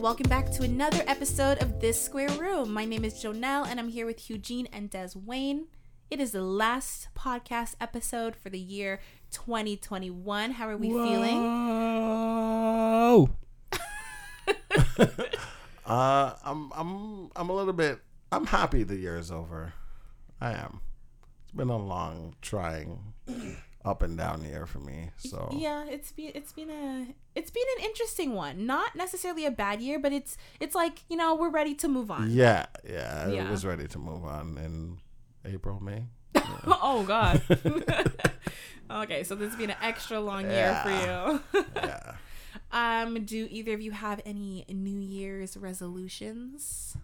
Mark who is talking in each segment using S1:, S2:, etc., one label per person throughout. S1: welcome back to another episode of This Square Room. My name is Jonelle, and I'm here with Eugene and Des Wayne. It is the last podcast episode for the year 2021. How are we feeling?
S2: Whoa.
S3: Uh, I'm I'm I'm a little bit. I'm happy the year is over. I am. It's been a long, trying, up and down year for me. So
S1: Yeah, it's been it's been a it's been an interesting one. Not necessarily a bad year, but it's it's like you know we're ready to move on.
S3: yeah, yeah,
S1: Yeah.
S3: I was ready to move on in April, May.
S1: oh God. okay, so this has been an extra long year for you.
S3: Yeah.
S1: um, do either of you have any New Year's resolutions?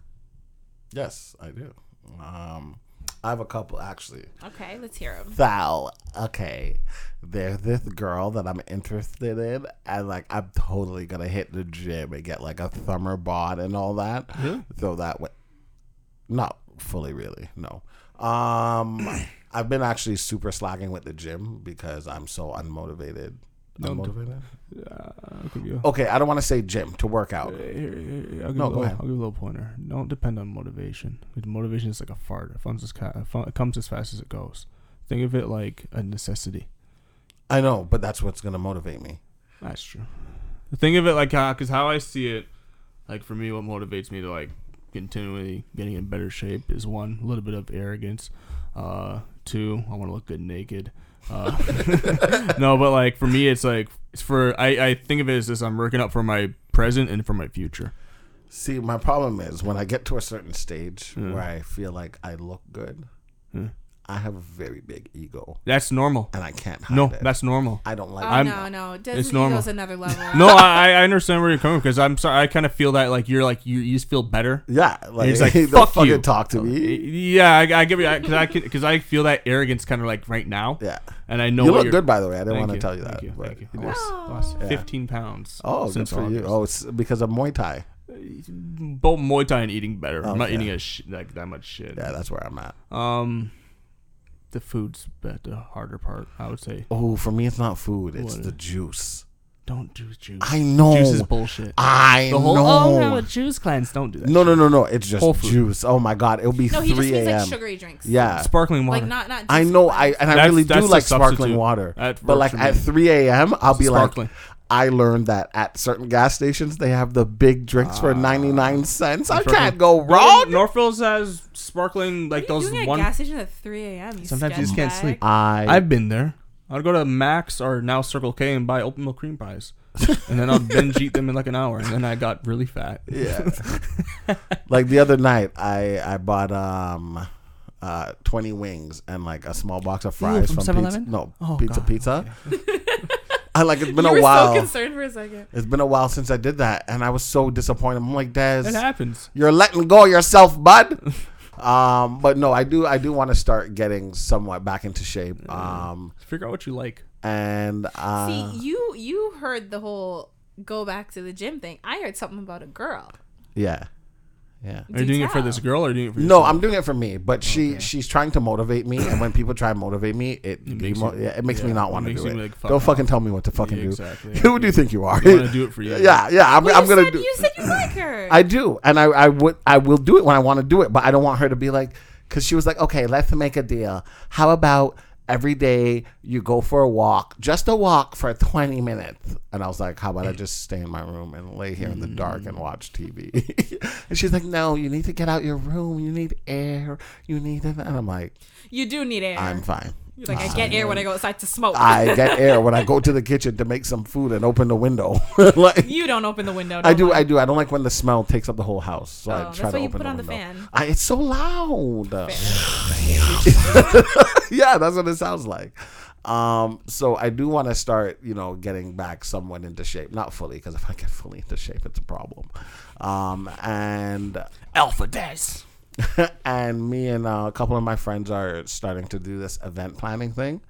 S3: yes, I do. Um, I have a couple actually.
S1: Okay, let's hear them.
S3: So, okay, there's this girl that I'm interested in, and like I'm totally gonna hit the gym and get like a summer bod and all that. So that way, not fully really, no. Um, I've been actually super slacking with the gym because I'm so unmotivated. Unmotivated?
S2: Uh, I'll give you.
S3: Okay, I don't want to say gym to work out.
S2: Here, here, here,
S3: Oh. No,
S2: I'll, give no,
S3: go
S2: a little,
S3: ahead.
S2: I'll give a little pointer. Don't depend on motivation. 'Cause Motivation is like a fart. It comes as, ca- it fu- it comes as fast as it goes. Think of it like a necessity.
S3: I know, but that's what's gonna motivate me.
S2: That's true. Think of it like how, because how I see it, like for me, what motivates me to like continually getting in better shape is one, a little bit of arrogance. Uh, two, I want to look good naked. Uh, no, but like for me, it's like it's for I I think of it as this: I'm working up for my present and for my future.
S3: See, my problem is when I get to a certain stage
S2: Yeah.
S3: where I feel like I look good,
S2: Yeah.
S3: I have a very big ego.
S2: That's normal.
S3: and I can't hide
S2: No,
S3: it.
S2: that's normal.
S3: I don't like.
S1: Oh
S3: it.
S2: I'm-
S1: no, no, Disney
S2: it's normal.
S1: goes another level.
S2: No, I, I understand where you're coming because I'm sorry. I kind of feel that like you're like you, you just feel better.
S3: yeah, like,
S2: He's like,
S3: don't
S2: "Fuck
S3: fucking
S2: you."
S3: talk to me.
S2: Yeah, I, I give you because I because I feel that arrogance kind of like right now.
S3: Yeah,
S2: and I know
S3: you
S2: what
S3: look
S2: you're-
S3: good by the way. I didn't
S2: Thank
S3: want to
S2: you,
S3: tell you
S2: thank
S3: that.
S2: you,
S3: but
S2: thank you.
S3: you
S2: I
S3: did.
S2: lost, lost 15 pounds.
S3: Oh, good
S2: since
S3: for you.
S2: August.
S3: Oh, it's because of Muay Thai.
S2: both Muay Thai and eating better. I'm not
S3: Okay.
S2: eating a sh- like that much shit.
S3: Oh, Yeah, that's where I'm at.
S2: Um, the food's bet the harder part. I would say
S3: Oh, for me, it's not food. It's
S2: What?
S3: the juice.
S2: don't do juice.
S3: I know.
S2: Juice is bullshit.
S3: I
S2: the whole
S3: know.
S2: oh no, a juice cleanse. Don't do that.
S3: no, no, no, no. It's just
S2: Whole food.
S3: juice. Oh my god, it'll be
S1: No, he just
S3: three
S1: means
S3: a.m.
S1: like sugary drinks.
S3: yeah.
S2: Sparkling water.
S1: like not not.
S3: I
S1: just-
S3: know, I and I
S2: That's-
S3: really do
S2: that's the
S3: like sparkling
S2: substitute.
S3: water,
S2: That
S3: but
S2: works
S3: like
S2: for
S3: at
S2: me.
S3: 3 a.m. I'll be
S2: Sparkling.
S3: like, I learned that at certain gas stations they have the big drinks
S2: Ah.
S3: for 99 cents. I can't go wrong.
S2: Northfields has sparkling like
S1: What are you
S2: those
S1: doing at
S2: one.
S1: gas station at 3 a.m. You
S2: Sometimes you just can't
S1: scumbag?
S2: sleep.
S3: I
S2: I've been there. I'd go to Max or now Circle K and buy oatmeal cream pies, and then I'd binge eat them in like an hour, and then I got really fat.
S3: yeah. like the other night, I I bought um. Uh, 20 wings and like a small box of fries
S2: from
S3: from,
S2: 7-Eleven?
S3: pizza. No,
S2: Oh,
S3: pizza,
S2: God.
S3: pizza. I like it's been
S1: You
S3: a
S1: were
S3: while.
S1: so concerned for a second.
S3: it's been a while since I did that, and I was so disappointed. I'm like, Daz,
S2: It happens.
S3: you're letting go of yourself, bud. um, but no, I do I do want to start getting somewhat back into
S2: Mm.
S3: shape. Um,
S2: Figure out what you like.
S3: and uh,
S1: See, you you heard the whole go back to the gym thing. I heard something about a girl.
S3: yeah, yeah.
S2: Are you
S1: Do
S2: doing it for
S1: tell.
S2: this girl or are you doing it for
S3: No,
S2: yourself?
S3: I'm doing it for me, but she she's trying to motivate me, and when people try to motivate me, it it makes,
S2: makes you-
S3: yeah, it makes
S2: yeah,
S3: me not
S2: it
S3: want to
S2: makes
S3: do
S2: you
S3: it.
S2: be like, fuck
S3: Don't
S2: off.
S3: fucking tell me what to fucking
S2: Yeah,
S3: do.
S2: exactly.
S3: Who do you think you are?
S2: You wanna do it for you.
S3: yeah, yeah. I'm,
S1: Well,
S3: I'm
S1: you
S3: gonna
S1: said,
S3: do.
S1: You said you like her.
S3: I do, and I, I would I will do it when I want to do it, but I don't want her to be like, because she was like, okay, let's make a deal. How about every day you go for a walk, just a walk for twenty minutes? And I was like, how about I just stay in my room and lay here in the dark and watch TV? and she's like, no, you need to get out your room. You need air. You need it. And I'm like,
S1: you do need air.
S3: I'm fine.
S1: You're like I get air when I go outside to smoke.
S3: I get air when I go to the kitchen to make some food and open the window. like
S1: you don't open the window.
S3: I
S1: don't
S3: do,
S1: lie.
S3: I do. I don't like when the smell takes up the whole house, so
S1: Oh,
S3: I
S1: that's
S3: try to
S1: why you
S3: open
S1: put
S3: the
S1: on the
S3: window.
S1: fan.
S3: I, it's so loud. yeah, that's what it sounds like. Um, so I do want to start, you know, getting back somewhat into shape. Not fully, because if I get fully into shape, it's a problem. Um, and
S2: Alpha Des.
S3: and me and uh, a couple of my friends are starting to do this event planning thing.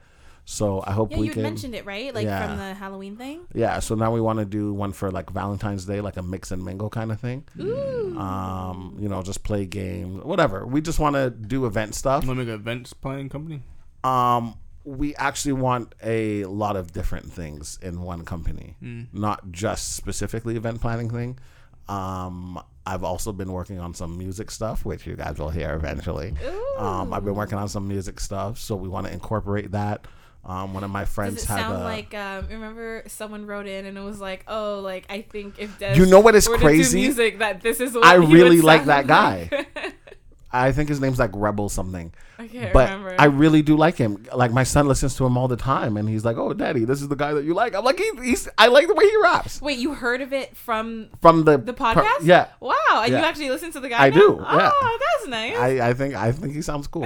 S3: So I hope
S1: Yeah,
S3: we
S1: you had
S3: can.
S1: mentioned it right, like
S3: Yeah.
S1: from the Halloween thing.
S3: Yeah, so now we want to do one for like Valentine's Day, like a mix and mingle kind of thing. Um, you know, just play games, whatever. We just want to do event stuff.
S2: Let me go events planning company.
S3: Um, we actually want a lot
S1: Hmm.
S3: of different things in one company, not just specifically event planning thing. Um, I've also been working on some music stuff, which you guys will hear eventually. Um, I've been working on some music stuff, so we want to incorporate that. Um, one of my friends
S1: Does it
S3: had
S1: sound
S3: a,
S1: like um, remember someone wrote in and it was like, oh, like I think if Des
S3: You know what is
S1: were to do
S3: crazy?
S1: music that this is what
S3: I
S1: he would
S3: really like
S1: sound
S3: that
S1: like.
S3: I think his name's like Rebel something.
S1: I can't
S3: but
S1: remember.
S3: I really do like him. Like my son listens to him all the time, and he's like, "Oh, daddy, this is the guy that you like." I'm like, he, "He's I like the way he raps."
S1: Wait, you heard of it from
S3: From the
S1: the
S3: per-
S1: podcast?
S3: yeah,
S1: Wow, and you
S3: Yeah.
S1: actually listen to the guy?
S3: I
S1: now?
S3: do, yeah.
S1: Oh, that's nice.
S3: I, I think I think he sounds cool.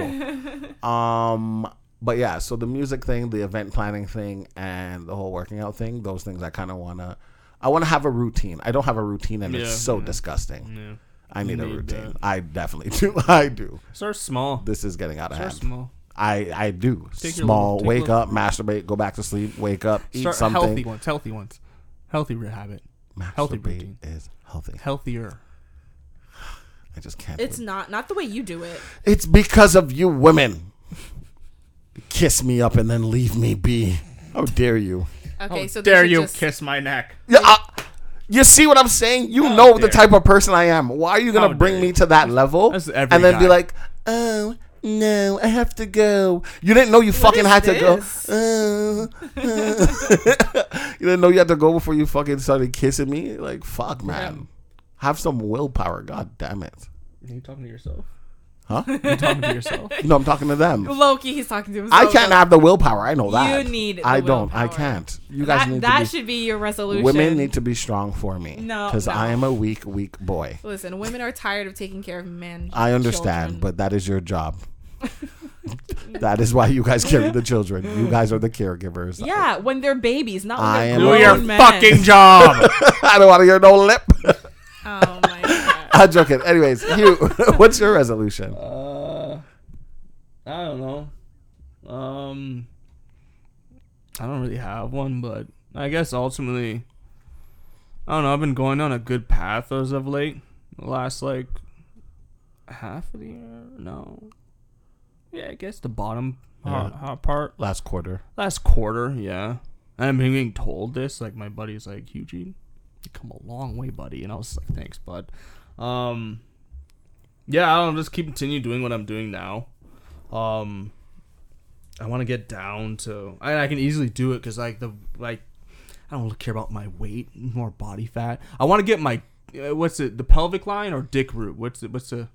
S3: um, but yeah, so the music thing, the event planning thing, and the whole working out thing, those things I kind of wanna. I want to have a routine. I don't have a routine, and it's
S2: Yeah,
S3: so
S2: yeah.
S3: disgusting.
S2: Yeah.
S3: I need, a
S2: need
S3: routine.
S2: that.
S3: I definitely do. I do.
S2: Start small.
S3: This is getting out of
S2: Start
S3: hand.
S2: small.
S3: I I do.
S2: Take your
S3: Small.
S2: little- take
S3: wake
S2: little-
S3: up, masturbate, go back to sleep, wake up, eat
S2: Start
S3: something.
S2: healthy ones. Healthy ones. Healthy re- habit. Healthy
S3: Masturbate
S2: routine.
S3: is healthy.
S2: Healthier.
S3: I just can't.
S1: it's
S3: believe-
S1: not not the way you do it.
S3: It's because of you women. Kiss me up and then leave me be. How dare you?
S1: Okay,
S2: How
S1: so they
S2: dare
S1: should
S2: you
S1: just-
S2: kiss my neck?
S3: Yeah, uh, you see what I'm saying? You know the
S2: dare
S3: type of person I am. Why are you gonna
S2: How
S3: bring
S2: dare
S3: me
S2: you.
S3: to that level
S2: That's
S3: and
S2: every
S3: then be
S2: guy.
S3: like, oh no, I have to go. You didn't know you fucking
S1: is
S3: had
S1: this?
S3: to go. Uh, uh." you didn't know you had to go before you fucking started kissing me. Like fuck, man. Have some willpower. God damn it.
S2: Are you talking to yourself?
S3: Huh?
S2: you talking to yourself?
S3: no, I'm talking to them.
S1: Loki, he's talking to himself.
S3: I can't have the willpower. I know that.
S1: You need the
S3: I don't. I
S1: willpower.
S3: can't. You guys
S1: That,
S3: need
S1: that
S3: to
S1: should be your
S3: be.
S1: resolution.
S3: Women need to be strong for me.
S1: No,
S3: because
S1: no.
S3: I am a weak, weak boy.
S1: listen. Women are tired of taking care of men.
S3: I understand, but that is your job. that is why you guys carry the children. You guys are the caregivers.
S1: yeah, when they're babies, not when
S3: I
S1: they're
S3: am-
S2: Do
S1: grown
S2: your
S1: men.
S2: fucking job.
S3: I don't want to hear no lip.
S1: Oh my god.
S3: I'm joking. Anyways, Hugh, what's your resolution?
S2: uh, I don't know. Um, I don't really have one, but I guess ultimately, I don't know. I've been going on a good path as of late. The last like half of the year, no. Yeah, I guess the bottom ha-
S3: Yeah.
S2: ha- part
S3: Last quarter.
S2: last quarter. Yeah, and I'm being told this. Like my buddy's like Eugene, you come a long way, buddy, and I was like, thanks, bud. Um, yeah, I don't know, just keep continue doing what I'm doing now. Um, I want to get down to, and I can easily do it because like the like, I don't care about my weight, more body fat. I want to get my uh, what's it, the pelvic line or dick root? What's it? What's the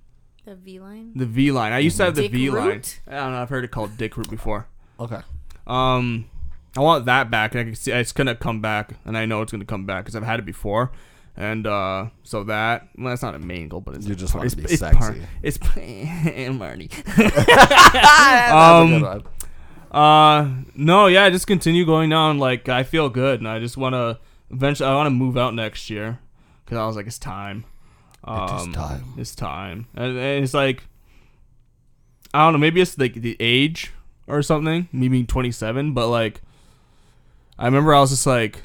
S1: The V line.
S2: the V line? I used to have the
S1: Dick
S2: V line.
S1: root?
S2: I don't know. I've heard it called dick root before.
S3: Okay.
S2: Um, I want that back, and I can see it's gonna come back, and I know it's gonna come back because I've had it before, and uh, so that well, that's not a main goal, but it's
S3: You just
S2: part-
S3: want to
S2: it's,
S3: be
S2: it's
S3: sexy.
S2: Part, it's and Marty.
S3: That's a
S2: Um,
S3: good one.
S2: uh, no, yeah, just continue going down. Like I feel good, and I just want to eventually. I want to move out next year because I was like, it's time. Um,
S3: is time.
S2: It's time, and, and it's like I don't know. Maybe it's like the age or something. Me being twenty seven, but like I remember I was just like,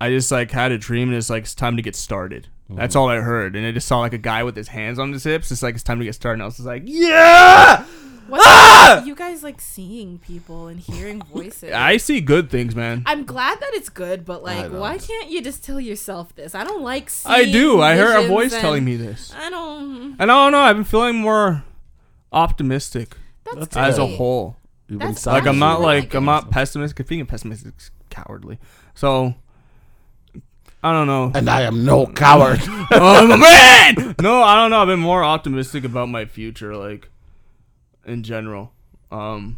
S2: I just like had a dream, and it's like it's time to get started. That's all I heard, and I just saw like a guy with his hands on his hips. It's like it's time to get started. And I was just like, yeah.
S1: What you guys like seeing people and hearing voices?
S2: Ah! I see good things, man.
S1: I'm glad that it's good, but like,
S3: don't.
S1: why can't you just tell yourself this? I don't like. Seeing
S2: I do. I heard a
S1: visions
S2: voice
S1: and-
S2: telling me this.
S1: I don't.
S2: And I don't know. I've been feeling more optimistic
S1: That's,
S3: That's
S2: as a
S1: great.
S2: whole.
S3: You've
S1: that's
S3: sad
S2: Like I'm
S1: Actually,
S2: not
S1: I
S2: like
S1: like
S2: I'm
S1: it.
S2: not pessimistic. Being a pessimistic is cowardly. So I don't know.
S3: And I am no coward.
S2: Oh, I'm a man. No, I don't know. I've been more optimistic about my future, like in general. Um,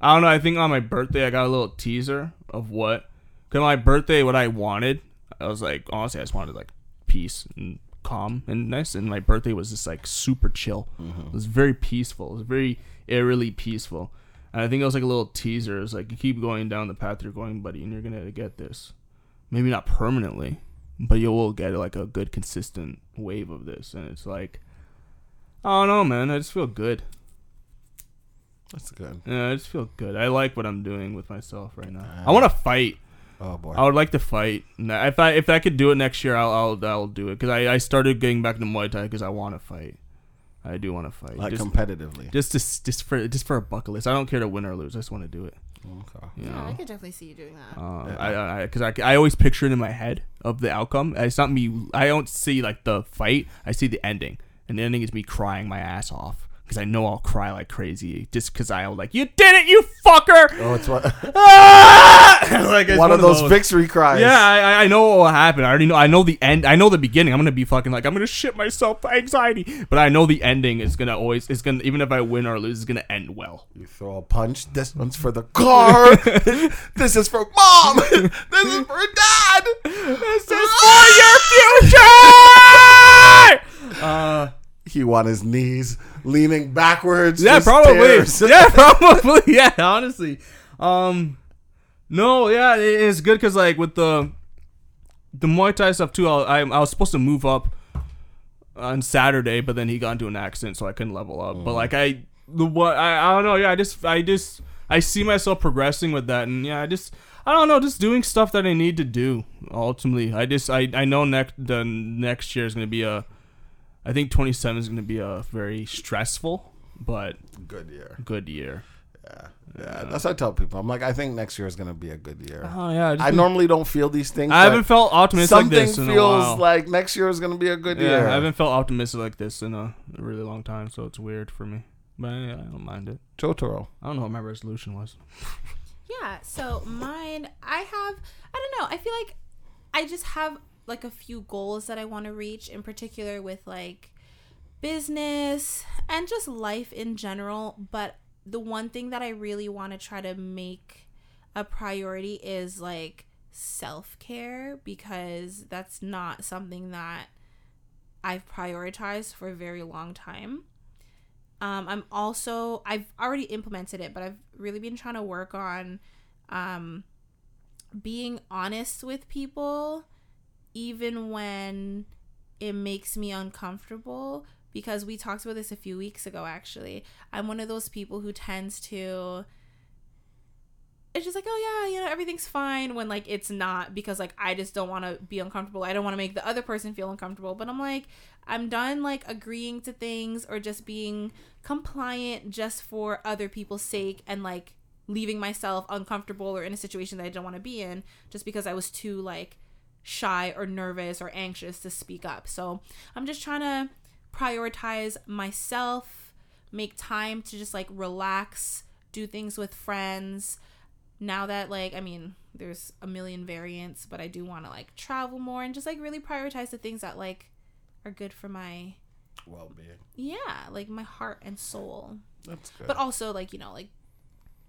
S2: I don't know. I think on my birthday, I got a little teaser of what. Cause my birthday, what I wanted, I was like, honestly, I just wanted like peace and calm and nice. And my birthday was just like super chill. It was very peaceful. It was very eerily peaceful. And I think it was like a little teaser. It was like you keep going down the path you're going, buddy, and you're gonna get this maybe not permanently, but you will get like a good consistent wave of this, and it's like, I don't know, man. I just feel good.
S3: that's good.
S2: Yeah, I just feel good. I like what I'm doing with myself right now. I want to fight.
S3: Oh boy.
S2: I would like to fight. And I- If I if I could do it next year, I'll I'll, I'll do it because I, I started getting back into Muay Thai because I want to fight. I do want to fight.
S3: Like
S2: just,
S3: competitively.
S2: just to s- just for just for a bucket list. I don't care to win or lose. I just want to do it.
S4: Okay.
S2: You
S1: Yeah, I
S2: know,
S1: could definitely see you doing that.
S2: uh, I because I, 'cause I, I always picture it in my head of the outcome. It's not me. I don't see like the fight. I see the ending, and the ending is me crying my ass off because I know I'll cry like crazy just because I'll like you did it, you fucker.
S5: Oh, it's one,
S2: Ah! like, it's
S5: one of those victory cries.
S2: Yeah, I, I- I know what will happen. I already know. I know the end. I know the beginning. I'm gonna be fucking like I'm gonna shit myself by anxiety. But I know the ending is gonna always. It's gonna even if I win or lose, it's gonna end well.
S5: You throw a punch. This one's for the car. this is for mom. this is for dad. This is for your future.
S2: Uh,
S5: He on his knees, leaning backwards.
S2: yeah,
S5: just
S2: probably.
S5: stares.
S2: yeah, probably. Yeah, honestly. Um, no, yeah, it- it's good because like with the the Muay Thai stuff too. I, I, I was supposed to move up on Saturday, but then he got into an accident, so I couldn't level up. But like I, the what I, I don't know. Yeah, I just I just I see myself progressing with that, and yeah, I just I don't know, just doing stuff that I need to do. Ultimately, I just I I know next the next year is gonna be a. I think 27 is going to be a very stressful but
S5: Good year.
S2: good year.
S5: Yeah, that's what I tell people. I'm like, I think next year is gonna be a good year.
S2: Oh yeah, I, just
S5: I normally don't feel these things.
S2: I
S5: but
S2: haven't felt optimistic like
S5: Something
S2: this in a while.
S5: feels like next year is gonna be a good
S2: yeah,
S5: year.
S2: I haven't felt optimistic like this in a really long time, so it's weird for me. But yeah, I don't mind it.
S5: Totoro.
S2: I don't know what my resolution was.
S1: Yeah, so mine, I have, I don't know, I feel like I just have like a few goals that I want to reach, in particular with like business and just life in general. But the one thing that I really want to try to make a priority is like self care because that's not something that I've prioritized for a very long time. Um, I'm also I've already implemented it, but I've really been trying to work on um, being honest with people, even when it makes me uncomfortable. Because we talked about this a few weeks ago, actually. I'm one of those people who tends to. It's just like, oh yeah, you know, everything's fine when like it's not because like I just don't want to be uncomfortable. I don't want to make the other person feel uncomfortable. But I'm like, I'm done like agreeing to things or just being compliant just for other people's sake and like leaving myself uncomfortable or in a situation that I don't want to be in just because I was too like shy or nervous or anxious to speak up. So I'm just trying to prioritize myself, make time to just like relax, do things with friends. Now that like I mean, there's a million variants, but I do want to like travel more and just like really prioritize the things that like are good for my
S5: Well being.
S1: yeah, like my heart and soul.
S5: That's good.
S1: But also like, you know, like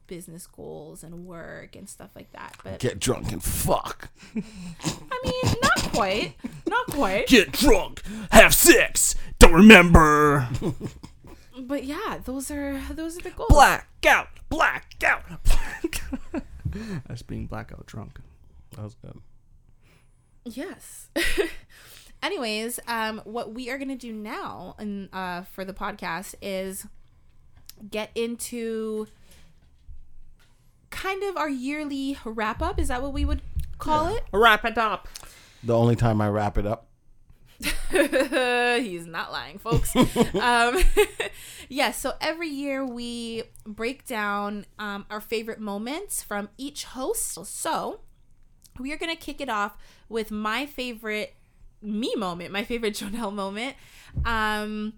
S1: business goals and work and stuff like that. But
S5: Get drunk and fuck.
S1: I mean, not quite. Not quite.
S2: Get drunk, have sex, don't remember.
S1: But yeah, those are those are the goals.
S2: blackout, blackout, blackout. That's being blackout drunk.
S4: That was good.
S1: Yes. Anyways, um, what we are gonna do now and uh, for the podcast is get into kind of our yearly wrap up. Is that what we would call it?
S2: Wrap it up.
S5: The only time I wrap it up.
S1: He's not lying, folks. um, yeah, so every year we break down um, our favorite moments from each host. So we are going to kick it off with my favorite me moment, my favorite Jonelle moment. Um,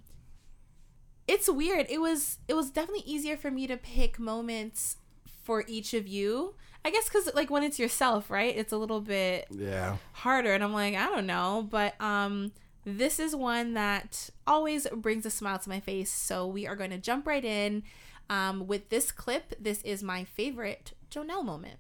S1: it's weird. It was it was definitely easier for me to pick moments for each of you. I guess because like when it's yourself, right? It's a little bit
S5: Yeah.
S1: harder and i'm like i don't know but um this is one that always brings a smile to my face so we are going to jump right in um, with this clip this is my favorite jonelle moment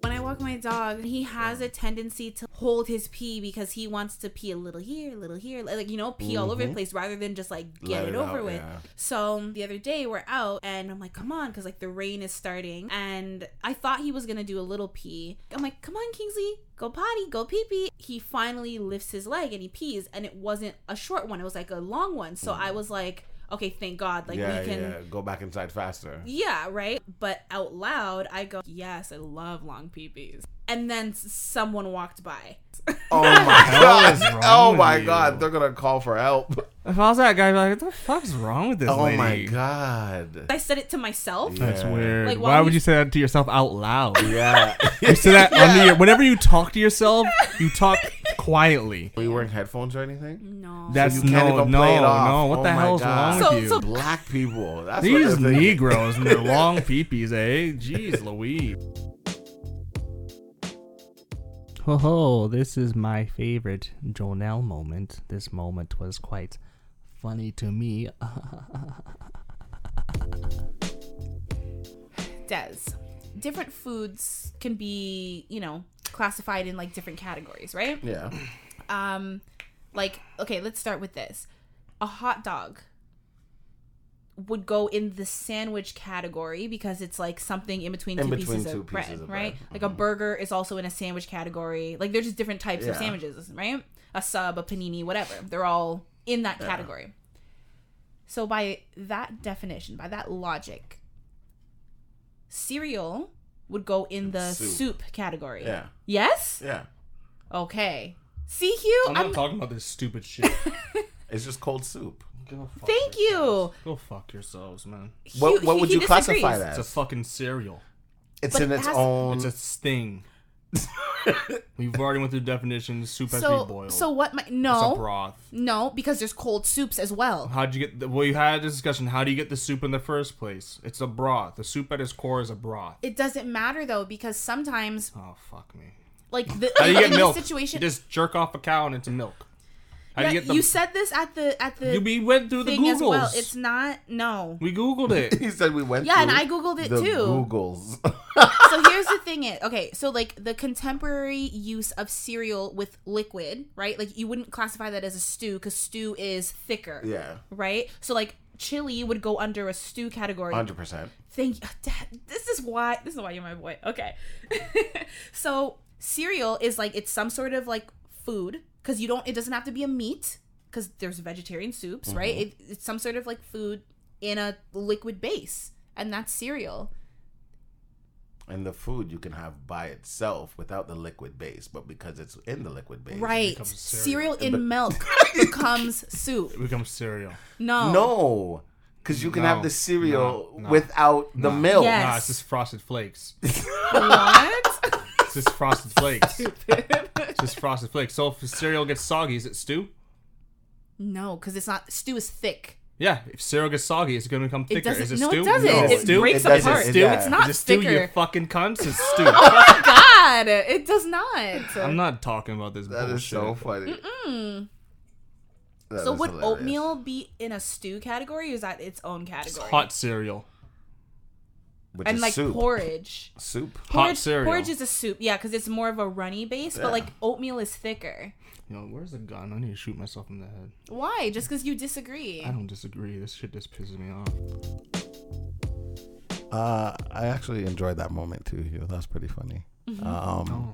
S1: when I walk my dog, he has a tendency to hold his pee because he wants to pee a little here, a little here, like you know, pee all over the place rather than just like get
S5: Mm-hmm. Let
S1: it,
S5: it
S1: over
S5: out,
S1: with.
S5: yeah.
S1: So the other day we're out and I'm like, come on, because like the rain is starting. And I thought he was gonna do a little pee. I'm like, come on, Kingsley, go potty, go pee pee. He finally lifts his leg and he pees, and it wasn't a short one, it was like a long one. So I was like, okay, thank God, like
S5: yeah,
S1: we can
S5: yeah. Go back inside faster.
S1: yeah, right. But out loud, I go, "Yes, I love long peepees." And then s- someone walked by.
S5: Oh my
S2: hell
S5: god.
S2: is wrong
S5: Oh
S2: with
S5: my
S2: you?
S5: god. They're gonna call for help.
S6: If I was that guy, I'd be like, what the fuck's wrong with this
S3: Oh
S6: lady?
S3: my god.
S1: I said it to myself.
S2: That's
S3: Yeah.
S2: weird.
S1: Like, why
S2: why would
S1: you-
S2: you say that to yourself out loud?
S3: Yeah.
S2: You say that under your, whenever you talk to yourself, you talk quietly.
S3: Were you wearing headphones or anything?
S1: No.
S2: That's
S3: you
S2: no,
S3: can't even
S2: no,
S3: play it
S2: no.
S3: off.
S2: What
S3: Oh
S2: the
S3: my
S2: hell's
S3: God.
S2: wrong
S1: So-
S2: with you?
S1: so-
S3: Black people. That's what
S2: These
S3: they're thinking.
S2: Negroes and their long peepees, eh? Jeez Louise. Ho ho, this is my favorite Jonelle moment. This moment was quite funny to me.
S1: Des. Different foods can be, you know, classified in like different categories, right?
S3: Yeah.
S1: Um, like okay, let's start with this. A hot dog would go in the sandwich category because it's like something in between two
S3: In between
S1: pieces,
S3: two
S1: of, bread,
S3: pieces of
S1: right?
S3: bread. Mm-hmm.
S1: Like a burger is also in a sandwich category. Like there's just different types of
S3: Yeah.
S1: sandwiches, right? A sub, a panini, whatever. They're all in that category. So by that definition, by that logic, cereal would go in the soup,
S3: Soup.
S1: category.
S3: Yeah.
S1: Yes?
S3: Yeah. Oh,
S1: Okay. See Hugh, I'm,
S2: talking about this stupid shit.
S3: It's just cold soup.
S1: Thank you.
S2: Go fuck yourselves, man.
S1: He-
S3: What, what
S1: he-
S3: would
S1: he
S3: you classify
S1: disagrees.
S3: that?
S2: It's a
S3: It's,
S2: fucking cereal.
S1: but
S3: in
S1: it
S3: its
S1: has-
S3: own.
S2: It's a sting. We've already went through definitions. Soup has to be
S1: So,
S2: boiled.
S1: so what? My,
S2: it's a
S1: no,
S2: broth. Uh-huh.
S1: no, because there's cold soups as well.
S2: How'd you get? The, well, you had this discussion. How do you get the soup in the first place? It's a broth. The soup at its core is a broth.
S1: It doesn't matter though, because sometimes,
S2: Oh fuck me!
S1: like the
S2: How do you
S1: in
S2: get
S1: this
S2: milk?
S1: situation,
S2: You just jerk off a cow and it's milk. How
S1: Yeah,
S2: do
S1: you,
S2: you get the?
S1: said this at the at the
S2: you we went through the
S1: thing
S2: Googles.
S1: as well. It's not no.
S2: we Googled it.
S3: he said we went.
S1: Yeah, and
S3: through
S1: I Googled it
S3: the
S1: too.
S3: Googles.
S1: so here's the thing is okay so like the contemporary use of cereal with liquid right like you wouldn't classify that as a stew because stew is thicker
S3: yeah,
S1: right so like chili would go under a stew category
S3: hundred percent.
S1: Thank you. Dad, this is why this is why you're my boy. Okay. so cereal is like it's some sort of like food because you don't it doesn't have to be a meat because there's vegetarian soups
S2: Mm-hmm.
S1: right it, it's some sort of like food in a liquid base and that's cereal
S3: And the food you can have by itself without the liquid base, but because it's in the liquid base,
S1: right
S2: becomes
S1: cereal
S2: cereal.
S1: in milk becomes
S2: It
S1: soup
S2: becomes cereal.
S1: no
S3: No, because you can
S2: No,
S3: have the cereal
S2: no, no,
S3: without the milk.
S1: Yes.
S2: Nah, Ah, it's just frosted flakes.
S1: what
S2: It's just frosted flakes. it's just frosted flakes. So if the cereal gets soggy, is it stew?
S1: no because it's not stew is thick
S2: Yeah, if cereal gets soggy, it's gonna become thicker.
S1: doesn't-
S2: Is it
S1: no, it
S2: stew?
S1: doesn't.
S2: Is
S1: It
S2: stew?
S1: breaks
S3: doesn't.
S1: apart.
S2: Stew?
S1: It's not
S2: Is it stew, you
S1: thicker.
S2: fucking cunts? It's stew.
S1: god it does not
S2: I'm not talking about this
S3: That
S2: bullshit.
S3: is so funny. That
S1: so
S3: is
S1: would
S3: hilarious.
S1: oatmeal be in a stew category or is that its own category
S2: Hot cereal.
S3: Which
S1: and
S3: is
S1: like
S3: soup.
S1: porridge.
S3: soup?
S2: Hot
S1: porridge,
S2: cereal.
S1: Porridge is a soup, yeah, because it's more of a runny base,
S3: Yeah.
S1: but like oatmeal is thicker.
S2: Yo, where's the gun? I need to shoot myself in the head.
S1: Why? Just because you disagree?
S2: I don't disagree. This shit just pisses me off.
S3: Uh, I actually enjoyed that moment too, Hugh. That's pretty funny.
S1: Mm-hmm.
S3: Um,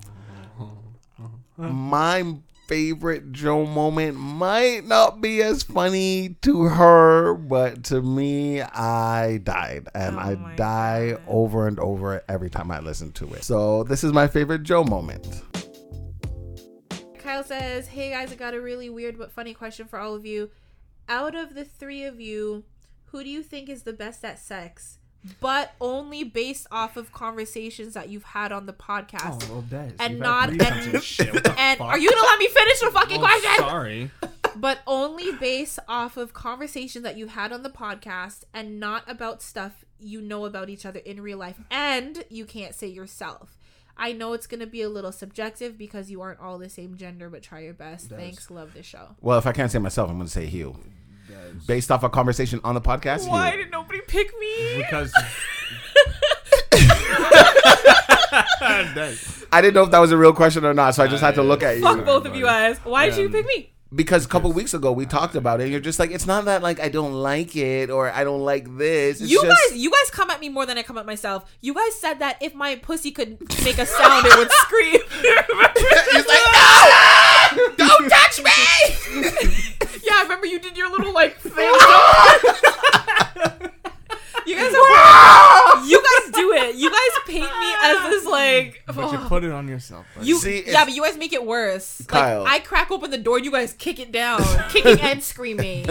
S3: my favorite Joe moment might not be as funny to her, but to me, I died. And
S1: Oh
S3: I
S1: my
S3: die
S1: God.
S3: over and over every time I listen to it. So, this is my favorite Joe moment.
S1: Kyle says, "Hey guys, I got a really weird but funny question for all of you. Out of the three of you, who do you think is the best at sex?" But only based off of conversations that you've had on the
S3: Oh,
S1: podcast.
S2: well, that is.
S1: And not- and-
S2: shit. What the
S1: and
S2: fuck?
S1: are you gonna let me finish the fucking
S2: Oh,
S1: question?
S2: Sorry.
S1: but only based off of conversation that you had on the podcast and not about stuff you know about each other in real life and you can't say yourself. I know it's going to be a little subjective because you aren't all the same gender, but try your best. Thanks. Love the show.
S3: Well, if I can't say myself, I'm going to say Hugh. Based off a conversation on the podcast,
S1: Why
S3: Hugh.
S1: did nobody pick me?
S2: Because That-
S3: I didn't know if that was a real question or not, so I just had to look at you.
S1: Fuck both of you guys. Why did you
S2: Yeah.
S1: pick me?
S3: because a couple weeks ago we talked about it and you're just like it's not that like i don't like it or i don't like this it's
S1: You
S3: just
S1: guys, you guys come at me more than I come at myself. You guys said that if my pussy could make a sound, it would scream.
S3: He's like no don't touch me
S1: Yeah, I remember you did your little like thing. you guys are You guys do it. You guys paint me as this like. oh.
S2: but You put it on yourself. buddy.
S1: You,
S5: See,
S1: yeah,
S5: it's-
S1: but you guys make it worse.
S5: Kyle.
S1: Like I crack open the door, you guys kick it down, kicking and screaming.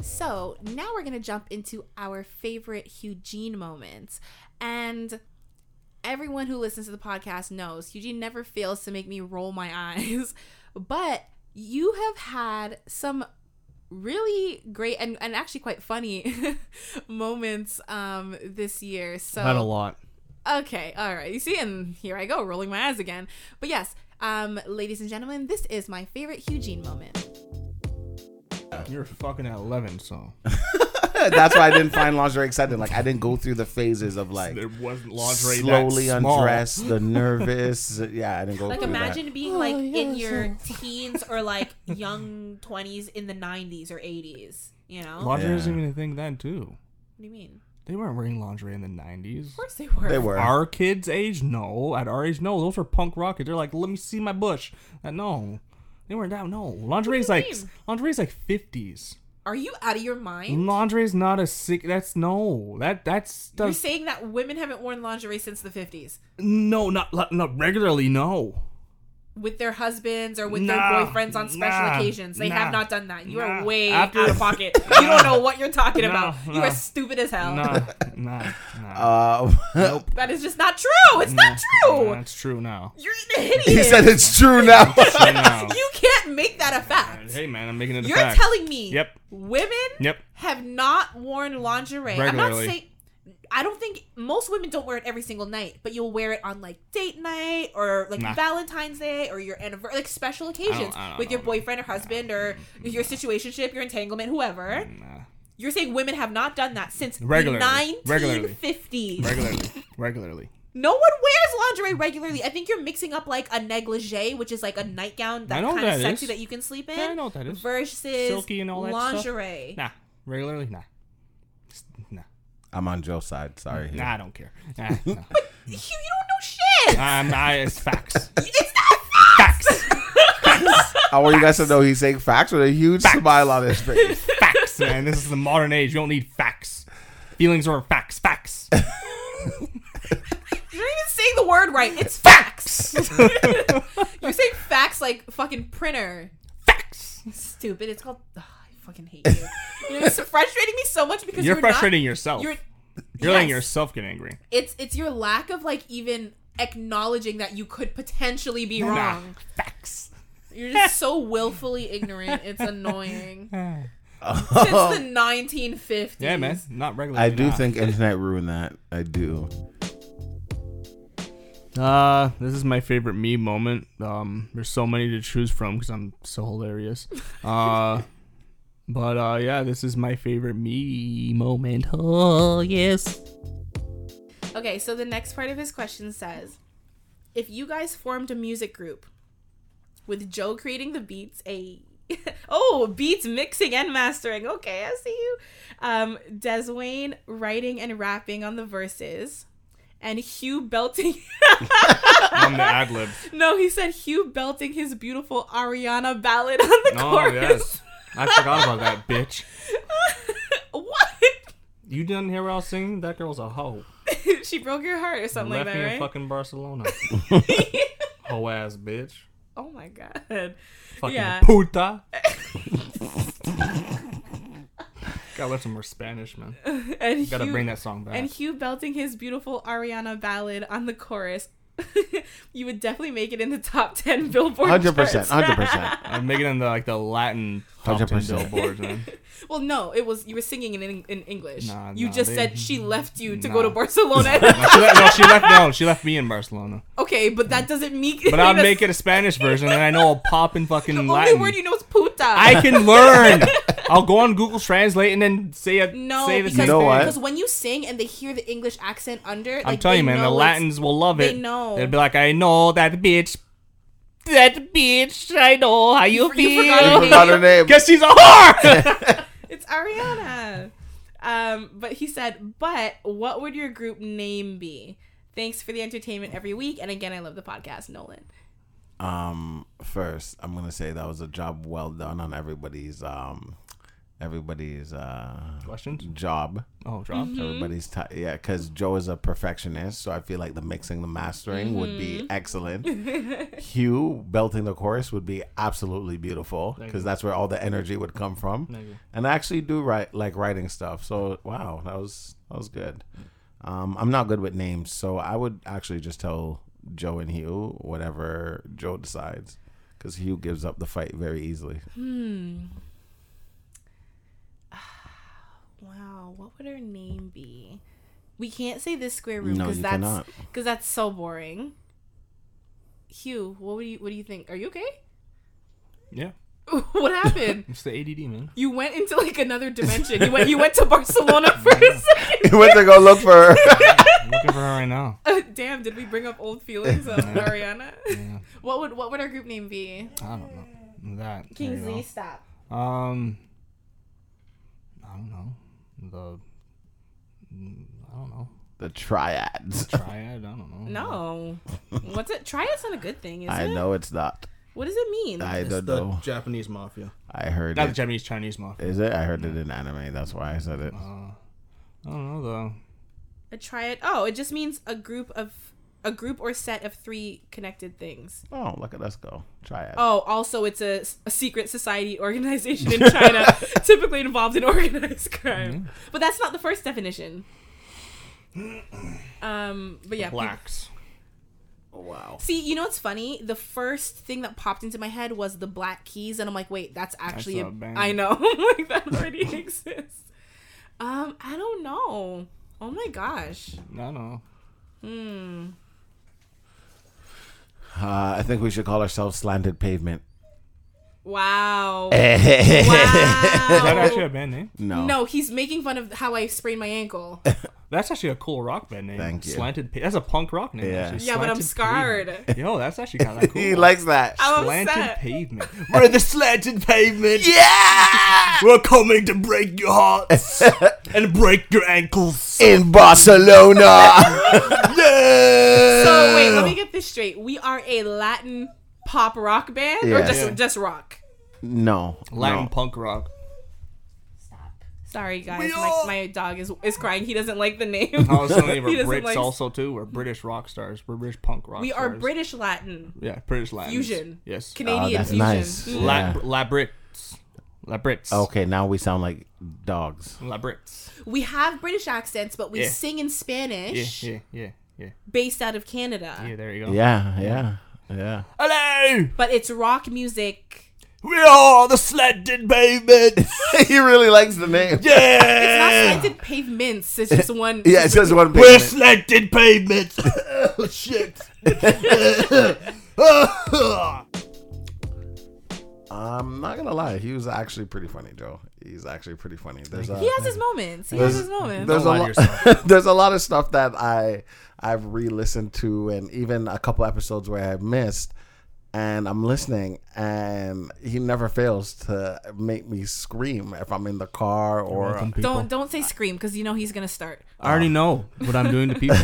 S1: So now we're gonna jump into our favorite Eugene moments, and everyone who listens to the podcast knows Eugene never fails to make me roll my eyes. But you have had some really great and, and actually quite funny moments um this year. So
S2: Had a lot.
S1: Okay, all right. You see, and here I go, rolling my eyes again. But yes, um, ladies and gentlemen, this is my favorite Eugene moment.
S2: You're fucking at eleven, so
S5: That's why I didn't find lingerie exciting. Like I didn't go through the phases of like
S2: there wasn't lingerie.
S5: slowly
S2: that small.
S5: undress, the nervous. Yeah, I didn't go
S7: Like
S5: through
S7: imagine being
S1: Oh,
S7: like
S1: yeah,
S7: in your
S1: sure.
S7: teens or like young twenties in the nineties or eighties. You know? What
S2: Lingerie
S5: Yeah.
S2: isn't even a thing then too.
S7: do you mean?
S2: They weren't wearing lingerie in the nineties.
S7: Of course they
S5: that.
S7: were.
S5: They were.
S2: Our kids' age, no. At our age, no. Those were punk rock kids. They're like, let me see my bush. Uh, no, they weren't down. No, lingerie's
S7: What do
S2: like
S7: you
S2: lingerie's like fifties.
S1: Are you out of your mind?
S2: Lingerie's not a sick. That's no. That that's
S7: You're
S2: does
S7: saying that women haven't worn lingerie since the fifties
S2: no. Not li- not regularly. No.
S7: with their husbands or with
S2: Nah,
S7: their boyfriends on special
S2: nah,
S7: occasions. They
S2: nah,
S7: have not done that. You are
S2: nah.
S7: way
S2: After-
S7: out of pocket. you don't know what you're talking
S2: Nah,
S7: about. You
S2: nah.
S7: are stupid as hell.
S2: Nah. nah. Nah.
S5: Uh,
S7: That is just not true. It's
S2: Mm.
S7: not true.
S2: That's true now.
S7: You're an idiot.
S5: he said it's true now.
S2: True now.
S7: you can't make that a fact.
S2: hey man, I'm making it a
S7: You're
S2: fact.
S7: telling me
S2: Yep.
S7: women
S2: Yep.
S7: have not worn lingerie. I'm not
S2: Regularly.
S7: saying I don't think most women don't wear it every single night, but you'll wear it on like date night or like
S2: Nah.
S7: Valentine's Day or your anniversary, like special occasions
S2: I don't
S7: with your
S2: know. Mm-hmm.
S7: boyfriend or husband or your situationship, your entanglement, whoever.
S2: Nah.
S7: You're saying women have not done that since
S2: Mm-hmm. Regularly.
S7: the 1950s.
S2: Regularly. Regularly. Regularly.
S7: No one wears lingerie regularly. I think you're mixing up like a negligee, which is like a nightgown
S2: I
S7: that's
S2: know
S7: kind
S2: what
S7: of
S2: that
S7: sexy
S2: is.
S7: that you can sleep in.
S2: Yeah, I know what that is.
S7: Versus
S2: Silky and all that stuff.
S7: lingerie.
S2: Nah. Regularly. Nah. Just- Nah.
S5: I'm on Joe's side. Sorry. here.
S2: Nah. I don't care. Nah, nah.
S7: You, you don't know shit.
S2: I'm, I, it's facts.
S7: it's not facts.
S5: I want you guys to know he's saying facts with a huge smile on his face.
S2: Facts, man. This is the modern age. You don't need facts. Feelings are facts. Facts.
S7: You're not even saying the word right. It's facts.
S1: You're saying facts like fucking printer.
S2: Facts.
S7: Stupid. It's called. Ugh, I fucking hate you.
S1: You know, it's frustrating me so much because
S2: You're,
S1: you're,
S2: frustrating yourself.
S1: Not,
S2: You're,
S1: you're
S2: letting
S1: yes.
S2: yourself get angry.
S1: it's it's your lack of like even acknowledging that you could potentially be
S2: Nah.
S1: wrong.
S2: Facts.
S1: You're just so willfully ignorant. It's annoying.
S2: Yeah,
S1: Since the 1950s.
S2: man. Not regular.
S5: I do think internet ruined that. I do.
S2: Uh, this is my favorite me moment. Um, there's so many to choose from because I'm so hilarious. Uh, but uh, yeah, this is my favorite me moment. Oh yes.
S1: Okay, so the next part of his question says If you guys formed a music group with Joe creating the beats, a oh, beats mixing and mastering. Okay, I see you. Um, Deswayne writing and rapping on the verses, and Hugh belting.
S2: I'm the ad lib.
S1: no, he said Hugh belting his beautiful Ariana ballad on the
S2: Oh
S1: chorus.
S2: yes. I forgot about that bitch.
S1: what?
S2: You didn't hear what I was singing? That girl's a hoe.
S1: she broke your heart or something
S2: Left
S1: like
S2: me in
S1: that, right?
S2: fucking Barcelona. hoe ass bitch.
S1: oh my god.
S2: Fucking
S1: Yeah.
S2: puta. Gotta learn some more Spanish, man.
S1: And
S2: Gotta
S1: Hugh-
S2: bring that song back.
S1: and Hugh belting his beautiful Ariana ballad on the chorus, you would definitely make it in the top ten Billboard.
S5: 100%.
S1: charts.
S5: 100%.
S2: I'm making them the, like the Latin top 10
S5: 100%.
S2: billboards, man.
S1: well, no, it was you were singing in in, in English.
S2: Nah,
S1: you
S2: nah,
S1: just
S2: they-
S1: said she left you to go
S2: nah.
S1: to Barcelona.
S2: No, she left, no, she left. No, she left me in Barcelona.
S1: okay, but that doesn't mean.
S2: But I'll make it a Spanish version, and I know I'll pop in fucking
S1: The
S2: Latin.
S1: only word you know is puta.
S2: I can learn. I'll go on Google Translate and then say it.
S1: no,
S2: say the
S1: because,
S2: same
S5: You know
S2: thing.
S5: what?
S1: because when you sing and they hear the English accent under, like,
S2: I'm telling
S1: they
S2: you, man,
S1: know
S2: the
S1: it's-
S2: Latins will love it.
S1: they know.
S2: They'll be like, I know that bitch. That bitch. I know how you,
S1: you
S2: feel.
S1: forgot her name.
S5: Not her name.
S2: Guess she's a whore.
S1: It's Ariana. Um, but he said, but what would your group name be? Thanks for the entertainment every week. And again, I love the podcast, Nolan.
S5: Um, first, I'm gonna say that was a job well done on everybody's um
S3: everybody's uh,
S2: Questions?
S3: job.
S2: Oh, drop.
S1: Mm-hmm.
S3: Everybody's ti yeah, because Joe is a perfectionist, so I feel like the mixing, the mastering would
S2: Mm-hmm.
S3: be excellent. Hugh belting the chorus would be absolutely beautiful because that's where all the energy would come from. And I actually do write like writing stuff, so wow, that was that was good. Um, I'm not good with names, so I would actually just tell Joe and Hugh whatever Joe decides because Hugh gives up the fight very easily.
S1: Wow, what would her name be? We can't say this square room
S3: No,
S1: because
S3: you
S1: that's
S3: cannot.
S1: because that's so boring. Hugh, what would you what do you think? Are you okay?
S2: Yeah.
S1: what happened?
S2: It's the ADD, man.
S1: you went into like another dimension. You went you went to Barcelona for a second. Uh,
S3: He went to go look for her.
S4: I'm looking for her right now.
S1: Damn, did we bring up old feelings of Ariana? What would what would our group name be?
S4: I don't know. That. there you
S1: Kingsley, stop.
S4: go. Um. I don't know. The. I don't know.
S3: the triads.
S4: Triad. I don't know.
S1: No. What's it? Try it's not a good thing, is
S3: I
S1: it?
S3: know it's not.
S1: What does it mean?
S3: I
S2: It's
S3: don't
S2: the
S3: know.
S2: Japanese mafia.
S3: I heard
S2: Not the
S3: it.
S2: Japanese, Chinese mafia.
S3: Is it? I heard it in anime. That's why I said it.
S4: I don't know though.
S1: A triad. Oh, it just means a group of a group or set of three connected things.
S3: Oh, look at us go. Triad.
S1: Oh, also it's a, a secret society organization in China, typically involved in organized crime.
S3: Mm-hmm.
S1: But that's not the first definition. Um, but yeah, peop-
S2: Blacks.
S3: Wow.
S1: See, you know what's funny? The first thing that popped into my head was the Black Keys, and I'm like, wait, that's actually
S4: That's
S1: a-
S4: a band.
S1: I know, like that already exists. Um, I don't know. Oh my gosh.
S4: I don't know.
S3: Uh, I think we should call ourselves Slanted Pavement.
S1: Wow.
S4: Is that
S1: wow.
S4: actually a band name?
S3: No.
S1: No, he's making fun of how I sprained my ankle.
S4: That's actually a cool rock band name.
S3: Thank you.
S4: Slanted. Pa- that's a punk rock name.
S3: Yeah.
S4: actually.
S1: Yeah, but I'm
S4: Slanted
S1: scarred.
S4: Pavement. Yo, that's actually kind of cool.
S3: He likes that.
S1: I'm
S4: Slanted
S1: upset.
S4: pavement.
S2: We're the slanted pavement.
S3: yeah!
S2: We're coming to break your hearts and break your ankles.
S3: In Barcelona!
S1: So wait, let me get this straight. We are a Latin pop rock band, or
S3: Yeah.
S1: just
S3: Yeah.
S1: just rock?
S3: no.
S4: Latin
S3: no.
S4: punk rock.
S1: Sorry guys, my, my dog is is crying. He doesn't like the name.
S4: I was telling you,
S1: He
S4: we're
S1: doesn't
S4: Brits
S1: like-
S4: also too. We're British rock stars. We're British punk rock.
S1: we are
S4: stars.
S1: British Latin
S4: Yeah, British Latin.
S1: fusion.
S4: Yes.
S1: Canadian
S3: Oh, that's
S1: fusion.
S3: nice.
S1: Mm.
S4: La,
S3: Yeah.
S4: La Brits. La Brits.
S3: Okay, now we sound like dogs.
S4: La Brits.
S1: We have British accents, but we
S4: Yeah.
S1: sing in
S4: Yeah,
S1: Spanish,
S4: yeah, yeah, yeah.
S1: based out of Canada.
S4: Yeah, there you go.
S3: Yeah, yeah, yeah.
S4: Hello!
S1: But it's rock music.
S4: We are the slanted pavement!
S3: he really likes the name.
S1: It's not
S3: Yeah,
S2: Eh.
S4: Yeah!
S1: slanted pavements. It's just one.
S3: yeah it's just one
S4: We're
S3: pavement.
S4: slanted pavement!
S2: Oh shit.
S3: I'm not gonna lie, he was actually pretty funny, Joe. He's actually pretty funny. There's a,
S1: He has his moments. He has his moments.
S3: there's a
S4: Don't lie to
S3: lot there's a lot of stuff that I I've re-listened to and even a couple episodes where I missed and I'm listening and he never fails to make me scream if I'm in the car or
S1: Don't don't say scream because you know he's gonna start.
S2: I already know what I'm doing to people.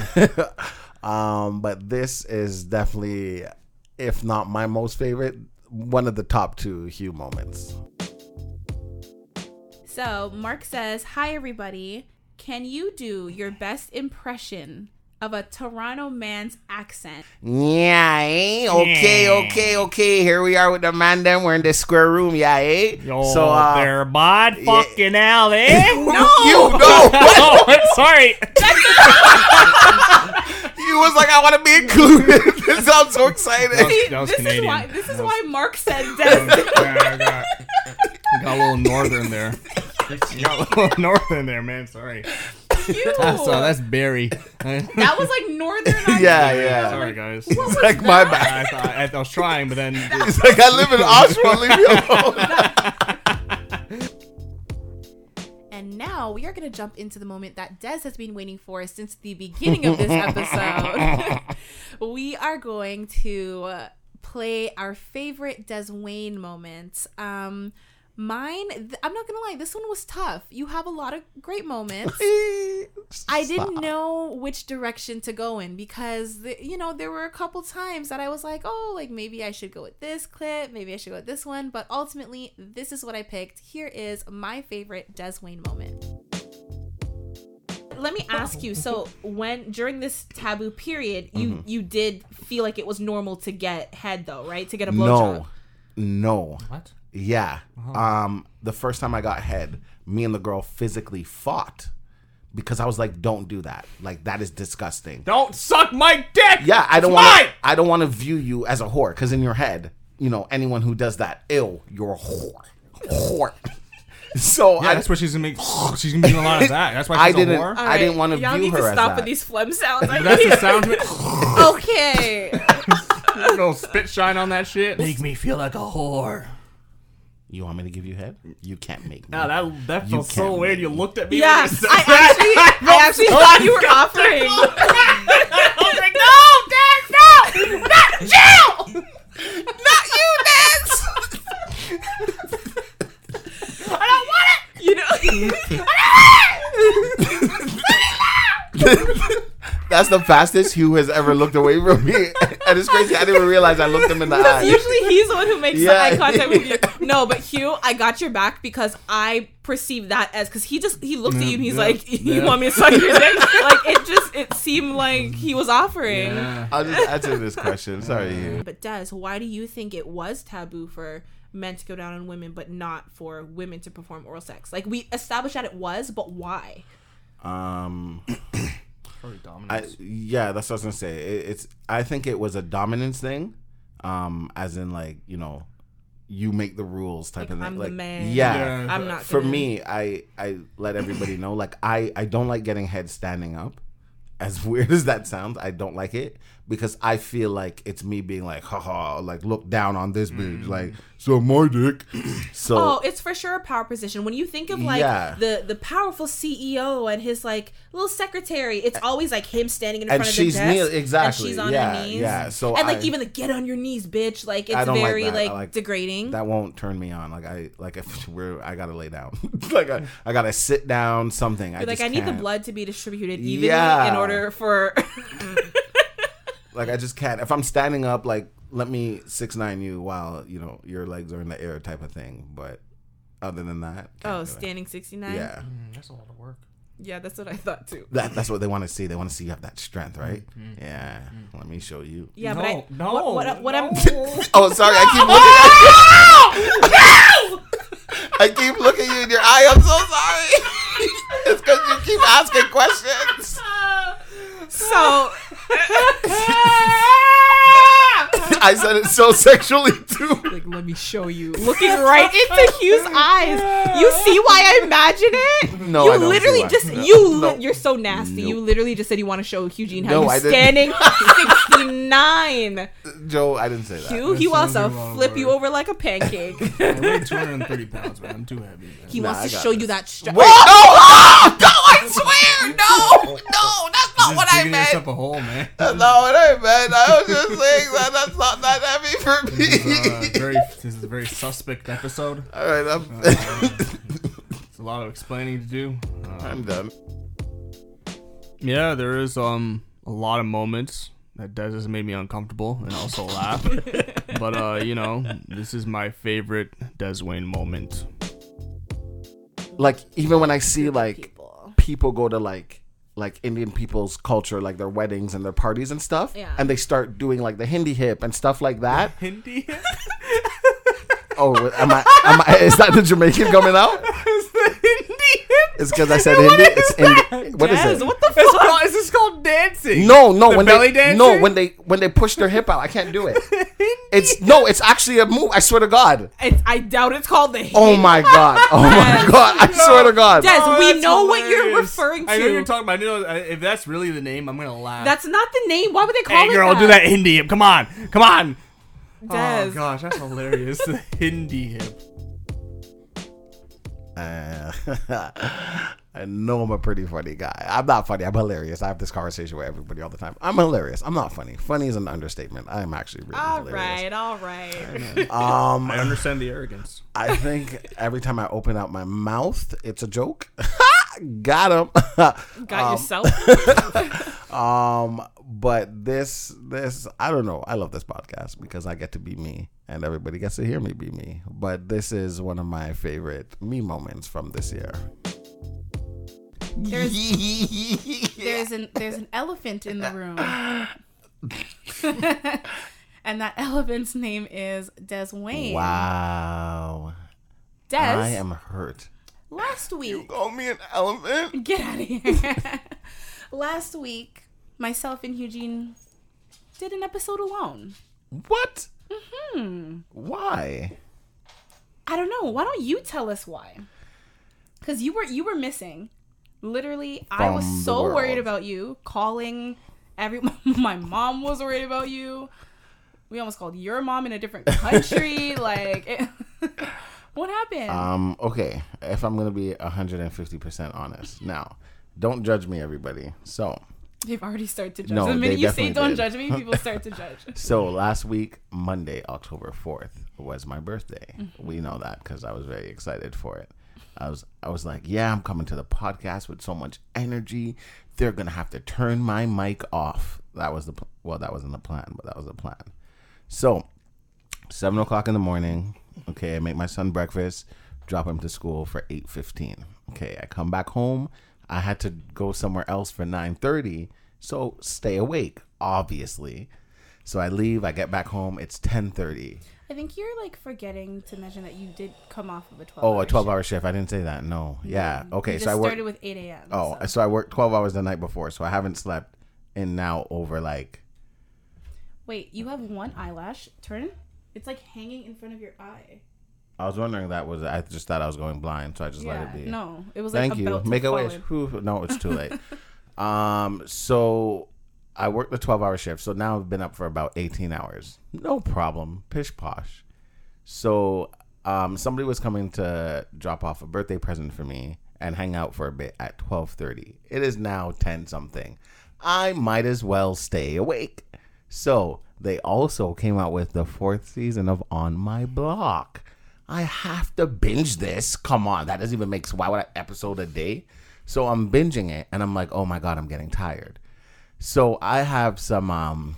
S3: um but this is definitely if not my most favorite one of the top two Hugh moments.
S1: So Mark says, "Hi everybody. Can you do your best impression of a Toronto man's accent?"
S3: Yeah, eh? Okay, okay, okay. Here we are with the man them. We're in the square room, yeah, eh?
S4: Yo,
S2: uh,
S4: there, bud. Fucking hell, eh?
S3: You no,
S4: oh, I'm sorry.
S3: he was like, I want to be included. this sounds so exciting.
S4: That was
S1: this
S4: Canadian.
S1: is why this is why Mark said death.
S4: Yeah, I got, I got a little northern there. I got a little northern there, man. Sorry.
S1: you.
S4: So that's Barry.
S1: that was like northern. Ireland.
S3: Yeah, yeah.
S4: Sorry, guys.
S1: What was
S3: Like my
S1: that?
S3: bad.
S4: I, thought, I, I was trying, but then
S3: He's like, I live in Oshawa. Leave me alone.
S1: And now we are going to jump into the moment that Des has been waiting for since the beginning of this episode. we are going to uh, play our favorite Des Wayne moments. Um,
S8: Mine, th- I'm not gonna lie, this one was tough. You have a lot of great moments. I
S3: I
S8: didn't know which direction to go in because the, you know there were a couple times that I was like, oh, like maybe I should go with this clip, maybe I should go with this one, but ultimately this is what I picked. Here is my favorite Des Wayne moment.
S1: Let me ask you. So, when during this taboo period, you
S3: Mm-hmm.
S1: you did feel like it was normal to get head though, right? To get a blowjob.
S3: No, no.
S9: What?
S3: Yeah. Um, the first time I got head, me and the girl physically fought because I was like, "Don't do that. Like that is disgusting."
S2: Don't suck my dick.
S3: Yeah, I don't
S2: It's
S3: want.
S2: mine!
S3: I don't want to view you as a whore because in your head, you know, anyone who does that, ill, you're a whore, whore. So
S2: Yeah,
S3: I,
S2: that's what she's gonna make. She's gonna be doing a lot of that. That's why
S3: I
S2: she's a
S3: didn't.
S2: whore.
S3: I didn't want to
S1: Y'all
S3: view
S1: need
S3: her
S1: to
S3: as
S1: stop
S3: that.
S1: with these phlegm sounds. I
S2: That's the sound. of it.
S8: Okay,
S2: little spit shine on that shit.
S9: Make me feel like a whore.
S3: You want me to give you head? You can't make me.
S2: Nah, that that
S3: You
S2: felt so
S3: can't
S2: weird.
S3: make
S2: You
S3: me.
S2: looked at me.
S1: yeah,
S2: when you said
S1: I
S2: that.
S1: actually, I actually thought you were offering. You know,
S3: That's the fastest Hugh has ever looked away from me, and it's crazy. I didn't even realize I looked him in the eye.
S1: usually he's the one who makes
S3: Yeah.
S1: eye contact with you. No, but Hugh, I got your back because I perceived that as because he just he looked at you and he's
S2: yeah,
S1: like, "You
S2: yeah.
S1: want me to suck your dick?" like it just it seemed like he was offering.
S2: Yeah.
S3: I'll just answer this question. Sorry, Hugh.
S1: But Des, why do you think it was taboo for men to go down on women, but not for women to perform oral sex? Like we established that it was, but why?
S3: Um,
S9: Probably
S3: I,
S9: dominance.
S3: yeah, that's what I was gonna say. It, it's. I think it was a dominance thing, um, as in like you know, you make the rules type
S1: Like,
S3: of thing.
S1: I'm the
S3: like,
S1: man.
S3: Yeah.
S1: I'm not
S3: For
S1: gonna-
S3: me, I I let everybody know like I I don't like getting head standing up. As weird as that sounds, I don't like it because I feel like it's me being like, haha, like look down on this bitch, like so my dick. So
S1: Mm. Oh, it's for sure a power position. When you think of like
S3: Yeah.
S1: the the powerful CEO and his like little secretary, it's always like him standing in
S3: And
S1: front
S3: she's
S1: of the desk.
S3: kneel-
S1: And
S3: exactly.
S1: she's on
S3: Yeah,
S1: her knees.
S3: yeah. So
S1: and like
S3: I-
S1: even the get on your knees, bitch. Like
S3: I
S1: it's
S3: don't like
S1: very
S3: that. I
S1: like,
S3: like-
S1: degrading.
S3: that won't turn me on. Like I like if we're I gotta lay down. like I, I gotta sit down. Something. I
S1: You're like
S3: just
S1: I need the
S3: can't.
S1: blood to be distributed evenly in
S3: Yeah.
S1: order for
S3: Like I just can't. If I'm standing up, like let me six nine you while you know your legs are in the air type of thing. But other than that, can't
S1: oh
S3: do it.
S1: standing sixty nine.
S3: Yeah,
S9: Mm, that's a lot of work.
S1: yeah, that's what I thought too.
S3: that, that's what they want to see. They want to see you have that strength, right? Yeah. Let me show you.
S1: Yeah,
S9: no,
S1: but I,
S9: no.
S1: what, what, what I'm
S9: no.
S3: Oh, sorry. I keep looking. At, I keep looking you in your eye. I'm so sorry. it's because you keep asking questions.
S1: so
S3: I said it so sexually too.
S1: like let me show you looking right into Hugh's eyes. You see why I imagine it?
S3: No,
S1: you
S3: I don't see
S1: literally
S3: why.
S1: just
S3: No,
S1: you
S3: no.
S1: you're so nasty. You
S3: Nope.
S1: literally just said you want to show Eugene how
S3: No,
S1: you
S3: I didn't.
S1: standing sixty nine.
S3: Joe, I didn't say that.
S1: You he will
S2: sounds
S1: also
S2: like a lot of
S1: flip you
S2: work.
S1: over like a pancake.
S2: I weigh 230 pounds, man. I'm too heavy. Man.
S1: He
S3: Nah,
S1: wants
S3: I
S1: to
S3: got
S1: show you
S3: this.
S1: that str-
S3: Wait, no, no, no, I swear, no, no, that's
S1: Oh,
S3: not what I
S2: digging
S3: meant.
S2: yourself a hole, man.
S3: That's not what I meant. I was just saying that that's not that heavy for
S2: Uh,
S3: me.
S2: very, this is a very suspect episode.
S3: All right, I'm,
S2: It's a lot of explaining to do. Uh,
S3: I'm done.
S2: yeah, there is um a lot of moments that Des has made me uncomfortable and also laugh. but uh, you know, this is my favorite Des Wayne moment.
S3: Like even when I see like
S1: people.
S3: people go to like like Indian people's culture, like their weddings and their parties and stuff,
S1: Yeah.
S3: and they start doing like the Hindi hip and stuff like that.
S2: Hindi.
S3: Oh, am I? Am I? Is that the Jamaican coming out? It's because I said Hindi. It's Hindi. What is it?
S1: What the fuck?
S2: is this called dancing?
S3: No, no.
S2: The
S3: when
S2: belly
S3: they
S2: dancing?
S3: no, when they when they push their hip out, I can't do it. It's no, it's actually a move. I swear to God.
S1: It's, I doubt it's called the
S3: Oh my God. Oh my God. I swear to God.
S1: Des, we
S2: Oh, that's
S1: know what you're
S2: hilarious.
S1: referring to.
S2: I know you're talking about. I know, I- if that's really the name, I'm gonna laugh.
S1: That's not the name. Why would they call
S2: hey,
S1: it
S2: girl,
S1: that?
S2: do that Hindi hip. Come on, come on.
S1: Des.
S2: Oh gosh, that's hilarious. the Hindi hip.
S3: Uh, I know I'm a pretty funny guy. I'm not funny. I'm hilarious. I have this conversation with everybody all the time. I'm hilarious. I'm not funny. Funny is an understatement. I'm actually really
S7: All
S3: hilarious.
S7: right, all right.
S3: Um,
S2: I understand the arrogance.
S3: I think every time I open up my mouth, it's a joke. Got him.
S7: Got yourself.
S3: um, but this, this, I don't know. I love this podcast because I get to be me, and everybody gets to hear me be me. But this is one of my favorite me moments from this year.
S1: There's an there's an elephant in the room. and that elephant's name is Des Wayne.
S3: Wow,
S1: Des,
S3: I am hurt.
S1: last week,
S3: Call me an elephant.
S1: get out of here. last week, myself and Eugene did an episode alone.
S3: What? Why?
S1: I don't know. Why don't you tell us why? Because you were you were missing. Literally, I was
S3: From the
S1: so
S3: world.
S1: worried about you. Calling every my mom was worried about you. We almost called your mom in a different country. like, it- what happened?
S3: Um, okay, if I'm gonna be 150% honest, now don't judge me, everybody. So,
S1: They've already started to judge.
S3: No,
S1: the minute
S3: they
S1: you say
S3: definitely
S1: "Don't
S3: did.
S1: judge me," people start to judge.
S3: so last week, Monday, October 4th, was my birthday. We know that because I was very excited for it. I was, I was like, yeah, I'm coming to the podcast with so much energy. They're gonna have to turn my mic off. That was the pl- well, that wasn't the plan, but that was the plan. So, seven o'clock in the morning. Okay, I make my son breakfast, drop him to school for eight fifteen. Okay, I come back home. I had to go somewhere else for nine thirty, so stay awake, obviously. So I leave. I get back home. It's ten thirty.
S1: I think you're like forgetting to mention that you did come off of a twelve.
S3: Oh, a twelve hour shift. I didn't say that. No. Yeah.
S1: You
S3: Okay.
S1: just
S3: So I worked.
S1: started with eight a.m.
S3: Oh,
S1: so.
S3: so I worked twelve hours the night before. So I haven't slept, and now over like
S1: wait, you have one eyelash. Turn. It's like hanging in front of your eye.
S3: I was wondering that was I just thought I was going blind, so I just let
S1: Yeah.
S3: it be.
S1: No, it was like
S3: Thank you.
S1: about to
S3: Make a
S1: fall
S3: wish.
S1: in.
S3: Whew. No, it's too late. um, so I worked the twelve hour shift, so now I've been up for about eighteen hours. No problem. Pish posh. So um, somebody was coming to drop off a birthday present for me and hang out for a bit at twelve thirty. It is now ten something. I might as well stay awake. So they also came out with the fourth season of On My Block. I have to binge this. Come on, that doesn't even make sense. Why would I episode a day? So I'm binging it, and I'm like, oh my god, I'm getting tired. So I have some um,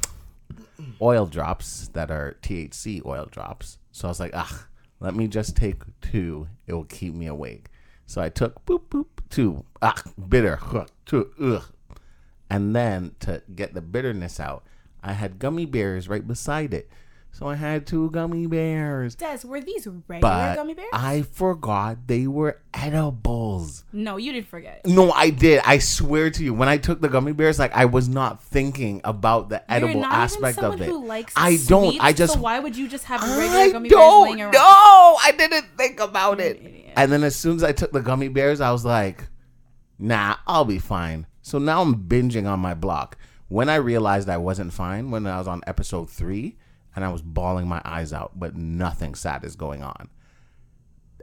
S3: oil drops that are THC oil drops. So I was like, ah, let me just take two. It will keep me awake. So I took boop boop two. Ah, bitter. Huh, two. Ugh. And then to get the bitterness out, I had gummy bears right beside it. So I had two gummy bears.
S1: Des, were these regular
S3: But
S1: gummy bears?
S3: I forgot they were edibles.
S1: no, you didn't forget.
S3: No, I did. I swear to you, when I took the gummy bears, like I was not thinking about the edible
S1: You're not
S3: aspect
S1: even someone
S3: of it.
S1: Who likes
S3: I don't.
S1: sweets,
S3: I just.
S1: So why would you just have regular
S3: I
S1: gummy bears
S3: don't
S1: laying around?
S3: know. I didn't think about it.
S1: idiot.
S3: And then as soon as I took the gummy bears, I was like, "Nah, I'll be fine." So now I'm binging on my block. When I realized I wasn't fine, when I was on episode three, and I was bawling my eyes out, but nothing sad is going on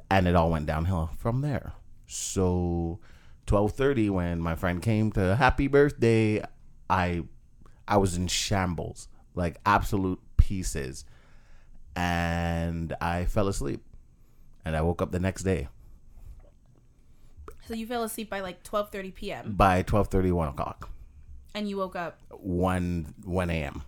S3: and it all went downhill from there. So, twelve thirty, when my friend came to happy birthday, I, I was in shambles, like absolute pieces, and I fell asleep, and I woke up the next day
S1: So you fell asleep by like 12:30 p.m.
S3: by 12:30, 1 o'clock,
S1: and you woke up.
S3: one one a.m.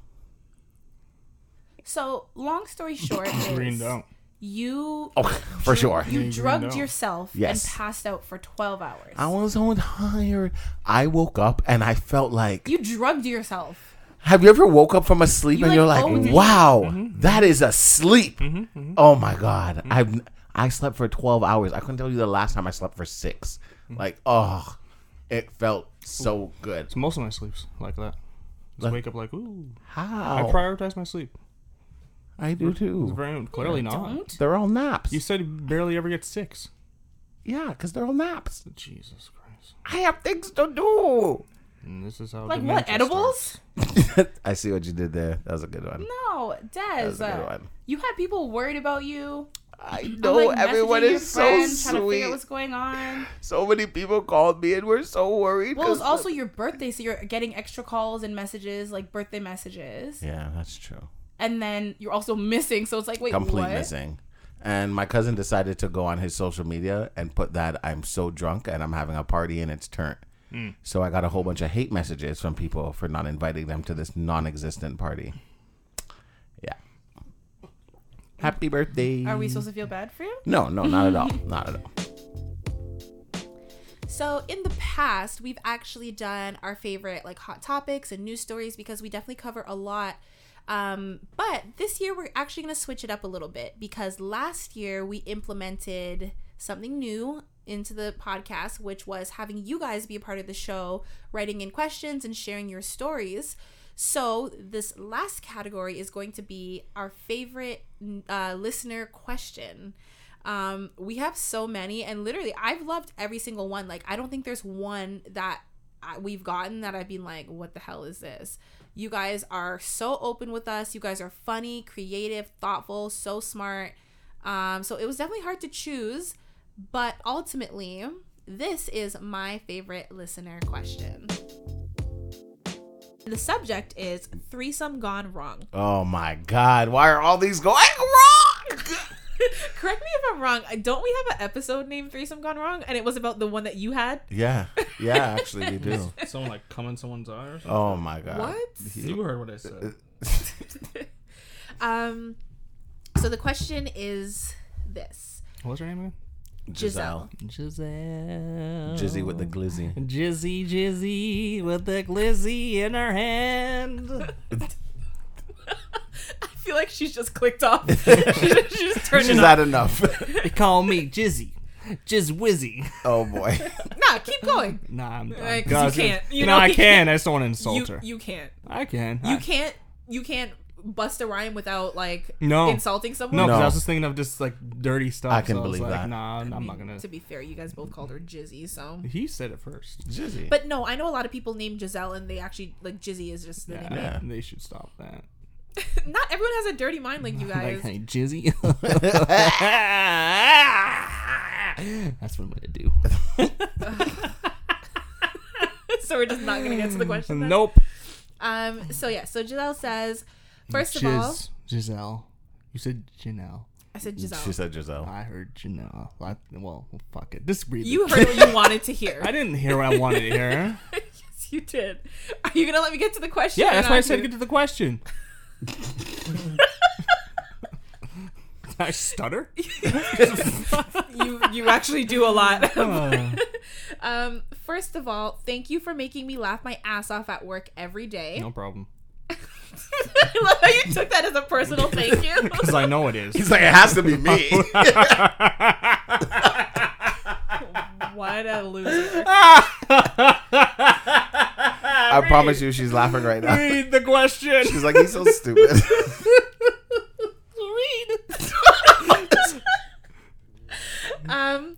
S1: So long story short
S4: Greened
S1: is
S4: out.
S1: you
S3: Oh, for sure.
S1: you drugged yourself
S3: Yes.
S1: and passed out for 12 hours.
S3: I was so tired. I woke up and I felt like.
S1: you drugged yourself.
S3: Have you ever woke up from a sleep
S1: You
S3: and
S1: like Mm-hmm,
S3: you're like,
S1: owned it.
S3: wow, that is a sleep.
S1: Mm-hmm,
S3: Oh my god, I've I slept for twelve hours. I couldn't tell you the last time I slept for 6
S1: Mm-hmm.
S3: Like, oh, it felt so good.
S4: So most of my sleeps like that. Just
S3: Like-
S4: wake up like, ooh. I
S3: How
S2: Oh.
S4: prioritize my sleep.
S3: I do too.
S4: Very clearly not.
S1: Don't.
S3: They're all naps.
S4: You said you barely ever get six.
S3: yeah, because they're all naps.
S4: Jesus Christ.
S3: I have things to do.
S4: And this is how.
S1: Like
S4: dementia
S1: what?
S4: starts.
S1: Edibles?
S3: I see what you did there. That was a good one.
S1: No, Des.
S3: was a good
S1: uh,
S3: one.
S1: You had people worried about you.
S3: I know
S1: like,
S3: everyone
S1: messaging your
S3: is so
S1: friends, Trying to figure out
S3: sweet.
S1: what's going on.
S3: So many people called me and were so worried.
S1: Well, it was
S3: 'cause-
S1: also your birthday, so you're getting extra calls and messages, like birthday messages.
S3: yeah, that's true.
S1: And then you're also missing, so it's like, wait,
S3: Complete
S1: what?
S3: missing. And my cousin decided to go on his social media and put that I'm so drunk and I'm having a party and it's turn. So I got a whole bunch of hate messages from people for not inviting them to this non-existent party. Yeah. Happy birthday.
S1: Are we supposed to feel bad for him?
S3: No, no, not at all. Not at all.
S1: So in the past, we've actually done our favorite like hot topics and news stories because we definitely cover a lot. Um, but this year we're actually going to switch it up a little bit because last year we implemented something new into the podcast, which was having you guys be a part of the show, writing in questions and sharing your stories. So this last category is going to be our favorite uh, listener question. Um, we have so many, and literally, I've loved every single one. Like, I don't think there's one that I, we've gotten that I've been like, what the hell is this? You guys are so open with us. You guys are funny, creative, thoughtful, so smart. Um, so it was definitely hard to choose, but ultimately, this is my favorite listener question.
S10: The subject is threesome gone wrong.
S3: Oh my god, why are all these going wrong?
S10: Correct me if I'm wrong. Don't we have an episode named threesome gone wrong? And it was about the one that you had.
S3: Yeah. Yeah, actually we do.
S2: Someone like come in someone's eye or something.
S3: Oh my god.
S10: What?
S2: You heard what I said. Mm-hmm.
S1: Um, so the question is this
S2: What's her name again?
S3: Giselle.
S2: Giselle.
S3: Jizzy with the glizzy.
S2: Jizzy, Jizzy with the glizzy in her hand.
S10: I feel like she's just clicked off. she, just, she just turned
S3: Is
S10: it off.
S3: that enough?
S2: They call me Jizzy. Jizz Wizzy.
S3: oh boy.
S10: Nah, keep going.
S2: Nah, I'm done.
S10: Uh, 'cause you
S2: Guys,
S10: can't. You
S2: no,
S10: know
S2: I
S10: you
S2: can. I just don't want to insult
S10: You,
S2: her.
S10: you can't.
S2: I can.
S10: You
S2: I-
S10: can't. You can't bust a rhyme without like
S2: No.
S10: insulting someone.
S2: No, 'cause
S3: No.
S2: I was just thinking of just like dirty stuff.
S3: I can
S2: so was
S3: believe
S2: like,
S3: that.
S2: Nah, I'm
S10: I
S2: not
S10: mean,
S2: gonna.
S10: To be fair, you guys both called her Jizzy, so.
S2: He said it first.
S3: Jizzy.
S1: but no, I know a lot of people named Giselle and they actually like Jizzy is just the name.
S2: Yeah, they should stop that.
S10: Not everyone has a dirty mind like you
S2: Like,
S10: guys.
S2: hey, Jizzy. That's what I'm gonna do.
S10: so we're just not gonna get to the question. Then.
S2: nope.
S1: Um, so yeah, so Giselle says, first of all,
S2: Giz- Giselle. You said Janelle.
S1: I said Giselle.
S3: she said Giselle.
S2: I heard Janelle. I, well, fuck it. Just read
S10: You
S2: it.
S10: heard what you wanted to hear.
S2: I didn't hear what I wanted to hear.
S10: yes, you did. Are you gonna let me get to the question?
S2: Yeah, that's
S10: or
S2: why I
S10: not,
S2: said
S10: dude?
S2: get to the question. Did I stutter?
S10: you you actually do a lot.
S2: Uh,
S1: Um, first of all, thank you for making me laugh my ass off at work every day.
S2: no problem.
S10: I love how you took that as a personal thank you.
S2: Because I know it is.
S3: He's like, it has to be me.
S10: what a loser.
S3: I promise you, she's laughing right now.
S2: Read the question.
S3: She's like, he's so stupid.
S1: Um,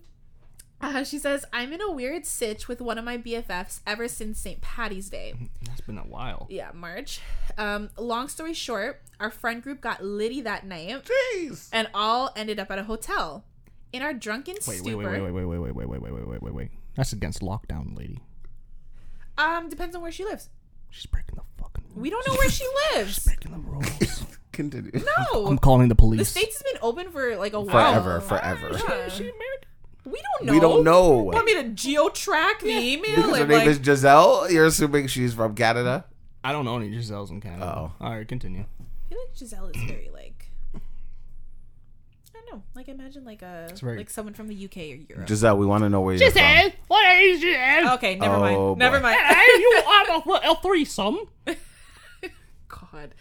S1: uh, she says, I'm in a weird sitch with one of my BFFs ever since St. Patty's Day.
S2: That's been a while.
S1: Yeah, March. Um, long story short, our friend group got litty that night
S3: Jeez.
S1: and all ended up at a hotel. In our drunken
S2: Wait, wait,
S1: stupor,
S2: wait, wait, wait, wait, wait, wait, wait, wait, wait, wait, wait, wait, wait. That's against lockdown, lady.
S1: um, depends on where she lives.
S2: She's breaking the fucking.
S1: We don't know where she lives.
S2: breaking the rules.
S3: Continue.
S1: No,
S2: I'm calling the police.
S1: the states has been open for like a while.
S3: Forever, forever.
S1: Yeah.
S10: We don't know.
S3: We don't know.
S10: Want me to geo track the email?
S3: Because her
S10: and,
S3: name
S10: like,
S3: is Giselle. You're assuming she's from Canada.
S2: I don't know any Giselle's in
S3: Oh.
S2: Canada. All right, continue.
S10: I feel like Giselle is very like. I don't know. Like imagine like a
S2: very-
S10: like someone from the UK or Europe.
S3: Giselle, we want to know where you're Giselle. from.
S2: What is Giselle?
S10: okay, never
S3: Oh,
S10: mind.
S3: boy.
S10: Never mind.
S2: you on a, a threesome?
S1: God.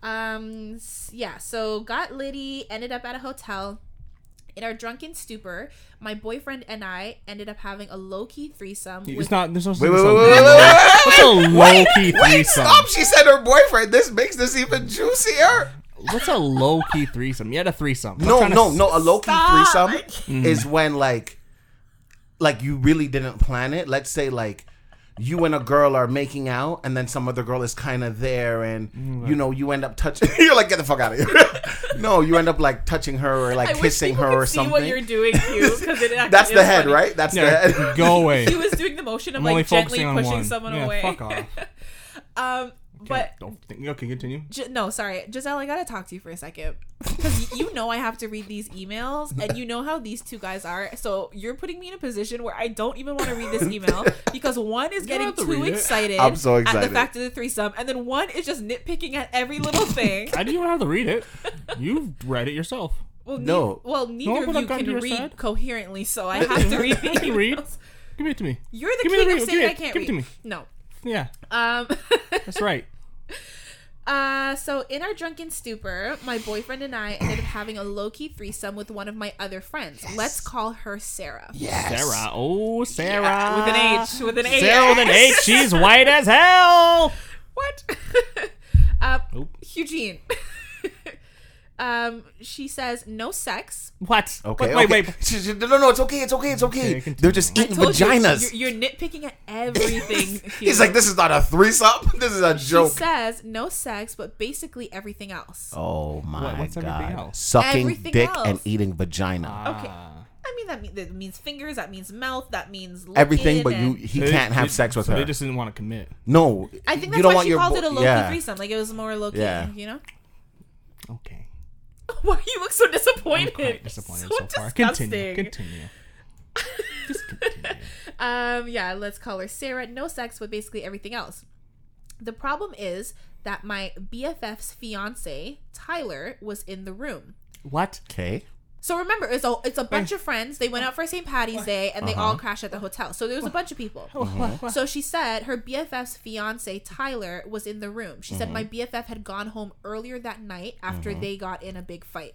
S1: Um. s- Yeah. So got Liddy. Ended up at a hotel. In our drunken stupor, my boyfriend and I ended up having a low key threesome.
S2: It's
S1: with-
S2: not. There's no
S3: Wait,
S2: threesome.
S3: wait, wait, wait, wait, wait.
S2: What's a low key
S3: Wait,
S2: threesome?
S3: stop. She said her boyfriend. This makes this even juicier.
S2: What's a low key threesome? You had a threesome. I'm
S3: No,
S2: trying to
S3: no,
S2: s-
S3: no. A low key
S1: Mm-hmm.
S3: threesome is when like, like you really didn't plan it. Let's say like
S5: you and a girl are making out, and then some other girl is kind of there, and you know you end up touching. you're like, get the fuck out of here. no, you end up like touching her or like
S1: I wish
S5: kissing
S1: people
S5: her
S1: could
S5: or
S1: see what you're
S5: something.
S1: doing, Hugh, because it actually
S5: That's
S1: is
S5: the head,
S1: funny.
S5: right? That's the
S2: Yeah,
S5: head.
S2: go away.
S1: He was doing the motion of
S2: I'm only
S1: like gently
S2: focusing on
S1: pushing
S2: one.
S1: someone
S2: yeah,
S1: away.
S2: fuck off.
S1: Um, but
S2: Don't think, okay, continue.
S1: Gi- no, sorry, Giselle, I gotta talk to you for a second because you know I have to read these emails, and you know how these two guys are. So you're putting me in a position where I don't even want to read this email because one is getting
S2: have to
S1: too
S2: read it.
S1: excited,
S3: I'm so
S1: at
S3: excited.
S1: the fact of the threesome, and then one is just nitpicking at every little thing.
S2: I didn't even have to read it. You read it yourself.
S1: Well,
S3: No.
S1: neith- well, neither
S2: but
S1: of
S2: I've
S1: you can
S2: gotten to your
S1: read
S2: side.
S1: coherently, so I have to read the
S2: I can read.
S1: emails.
S2: Give it to me.
S1: You're the
S2: Give me
S1: king
S2: the
S1: of
S2: read-
S1: saying
S2: give
S1: I
S2: it-
S1: can't
S2: give it to
S1: read.
S2: me.
S1: No.
S2: Yeah,
S1: Um.
S2: that's right.
S1: Uh, so in our drunken stupor, my boyfriend and I ended up having a low key threesome with one of my other friends. Let's call her Sarah.
S5: Yes.
S2: Sarah. Oh, Sarah.
S7: with an H, with an H.
S2: Sarah with an H. She's white as hell.
S1: What? uh,
S2: Nope.
S1: Eugene. um, she says no sex.
S2: What?
S3: Okay,
S2: Wait,
S3: okay.
S2: wait, wait.
S5: She- she- No, no, it's okay, it's okay, it's okay.
S2: continue.
S5: They're just eating
S1: Told you,
S5: vaginas.
S1: You're, you're nitpicking at everything.
S5: He's like, this is not a threesome. This is a
S1: She
S5: joke.
S1: says no sex, but basically everything else.
S3: Oh my
S2: what's everything
S3: god!
S2: else?
S3: Sucking
S1: Everything
S3: dick
S1: else. Uh,
S3: and eating vagina.
S1: Okay.
S2: Ah.
S1: I mean that, mean that means fingers. That means mouth. That means licking
S3: Everything, but you
S1: and-
S3: he
S2: They-
S3: can't have
S2: they-
S3: sex with
S2: so
S3: her.
S2: They just didn't want to commit.
S3: no,
S1: I think that's
S3: you don't
S1: why
S3: want
S1: she
S3: your
S1: called
S3: bo-
S1: it a low
S3: yeah.
S1: key threesome. Like it was more low key.
S3: Yeah.
S1: You know.
S2: Okay.
S1: Why you look so disappointed?
S2: Quite disappointed
S1: So
S2: so, far.
S1: disgusting.
S2: Continue. Continue.
S1: Um, yeah, let's call her Sarah. No sex, but basically everything else. The problem is that my BFF's fiance Tyler was in the room.
S2: What?
S3: Okay,
S1: So remember, it's a it's a bunch of friends. They went out for St. Patty's Day and they all
S2: Uh-huh.
S1: crashed at the hotel. So there was a bunch of people.
S3: Mm-hmm.
S1: So she said her BFF's fiance Tyler was in the room. She
S2: Mm-hmm.
S1: said my BFF had gone home earlier that night after they got in a big fight.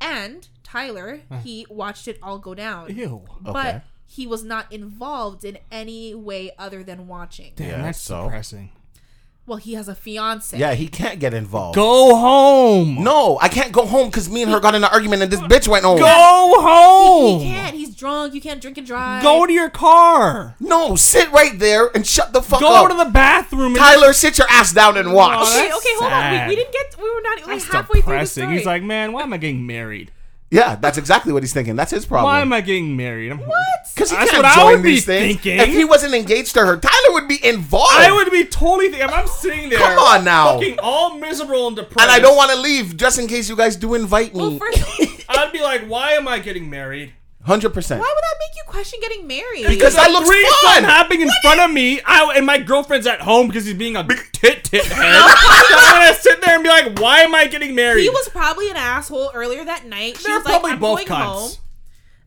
S1: And Tyler, he watched it all go down.
S2: Ew.
S1: But
S3: Okay.
S1: he was not involved in any way other than watching.
S2: Damn,
S3: Yeah,
S2: that's
S3: so?
S2: depressing.
S1: Well, he has a fiance.
S3: yeah, he can't get involved.
S2: Go home.
S3: No, I can't go home because me and her got in an argument and this bitch went home.
S2: Go
S1: He
S2: home.
S1: can't. He's drunk. You can't drink and drive.
S2: Go to your car.
S3: No, sit right there and shut the fuck
S2: Go
S3: up.
S2: to the bathroom. And
S3: Tyler, sit your ass down and watch.
S2: Oh,
S1: Okay,
S2: that's
S1: okay, hold on. We, we
S2: sad.
S1: didn't get. We were not like
S2: That's
S1: halfway through the
S2: depressing.
S1: story.
S2: He's like, man, why am I getting married?
S3: Yeah, that's exactly what he's thinking. That's his
S2: Why am
S3: problem.
S2: I getting married? I'm, what?
S3: Because he
S2: That's
S3: can't
S2: what I
S3: join
S2: would be
S3: these things.
S2: thinking.
S3: If he wasn't engaged to her, Tyler would be involved.
S2: I would be totally. Th- if I'm sitting there,
S3: Come on now.
S2: fucking all miserable and depressed,
S3: and I don't want to leave just in case you guys do invite
S1: well,
S3: me.
S1: first, why would
S2: I'd be like, why am I getting married?
S3: Hundred percent.
S1: that make you question getting married?
S3: Because that looks
S2: Three
S3: fun.
S2: happening in front of me, I, and my girlfriend's at home because he's being a tit tit head. so I'm gonna sit there and be like, why am I getting married?
S1: he was probably an asshole earlier that night. She
S2: They're
S1: was like,
S2: probably
S1: I'm
S2: both
S1: going home.
S2: cunts.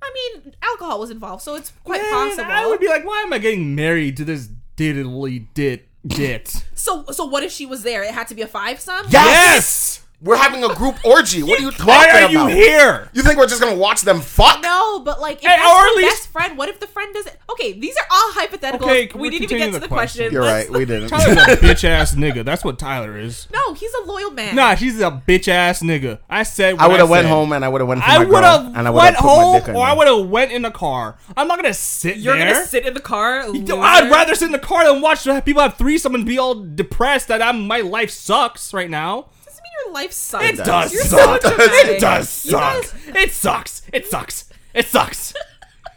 S1: I mean, alcohol was involved, so it's quite
S2: Man,
S1: possible.
S2: I would be like, why am I getting married to this diddly dit dit?
S1: so, so what if she was there? It had to be a five sum.
S2: yes.
S3: We're having a group orgy. What are you talking
S2: Why are you
S3: about?
S2: here?
S3: You think we're just gonna watch them fuck?
S1: No, but like, if
S2: Hey,
S1: that's
S2: or
S1: her
S2: at least-
S1: best friend, what if the friend doesn't? Okay, these are all hypothetical.
S2: Okay, can
S1: we
S2: we
S1: didn't even get to
S2: continue
S1: the
S2: the
S1: question.
S2: question?
S3: You're
S1: Let's-
S3: right. We didn't.
S2: Tyler's a bitch ass nigga. That's what Tyler is.
S1: No, he's a loyal man.
S2: Nah, she's a bitch ass nigga. I said. What
S3: I would have went
S2: said.
S3: home and I would have went. For
S2: I
S3: my
S2: would
S3: girl,
S2: have
S3: and I would
S2: went
S3: have put my
S2: home,
S3: dick in
S2: or I
S3: her.
S2: would have went in the car. I'm not gonna sit
S7: You're
S2: there.
S7: gonna sit in the car.
S2: Yo,
S7: loser.
S2: I'd rather sit in the car than watch people have threesome and be all depressed that I'm my life sucks right now.
S1: doesn't mean your life sucks.
S2: It does
S1: You're
S2: suck.
S1: So dramatic.
S2: it does
S1: You
S2: suck.
S1: guys-
S2: It sucks. It sucks. It sucks.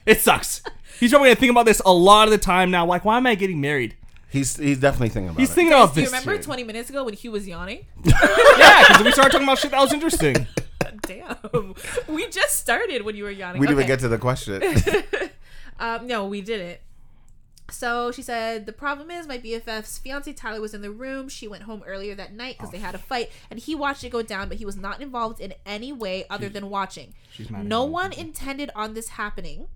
S2: it sucks. He's probably gonna think about this a lot of the time now. Like, why am I getting married?
S3: He's he's definitely thinking about
S2: He's
S3: it.
S2: thinking about
S1: Do
S2: this.
S1: you remember
S2: shit.
S1: 20 minutes ago when Hugh was yawning?
S2: yeah, because we started talking about shit that was interesting.
S1: Damn. We just started when you were yawning.
S3: we didn't
S1: Okay.
S3: even get to the question.
S1: Um, no, we didn't. So she said, The problem is my BFF's fiance Tyler was in the room. She went home earlier that night because they had a fight, and he watched it go down, but he was not involved in any way other than watching.
S2: She's mad at
S1: No
S2: me.
S1: one intended on this happening,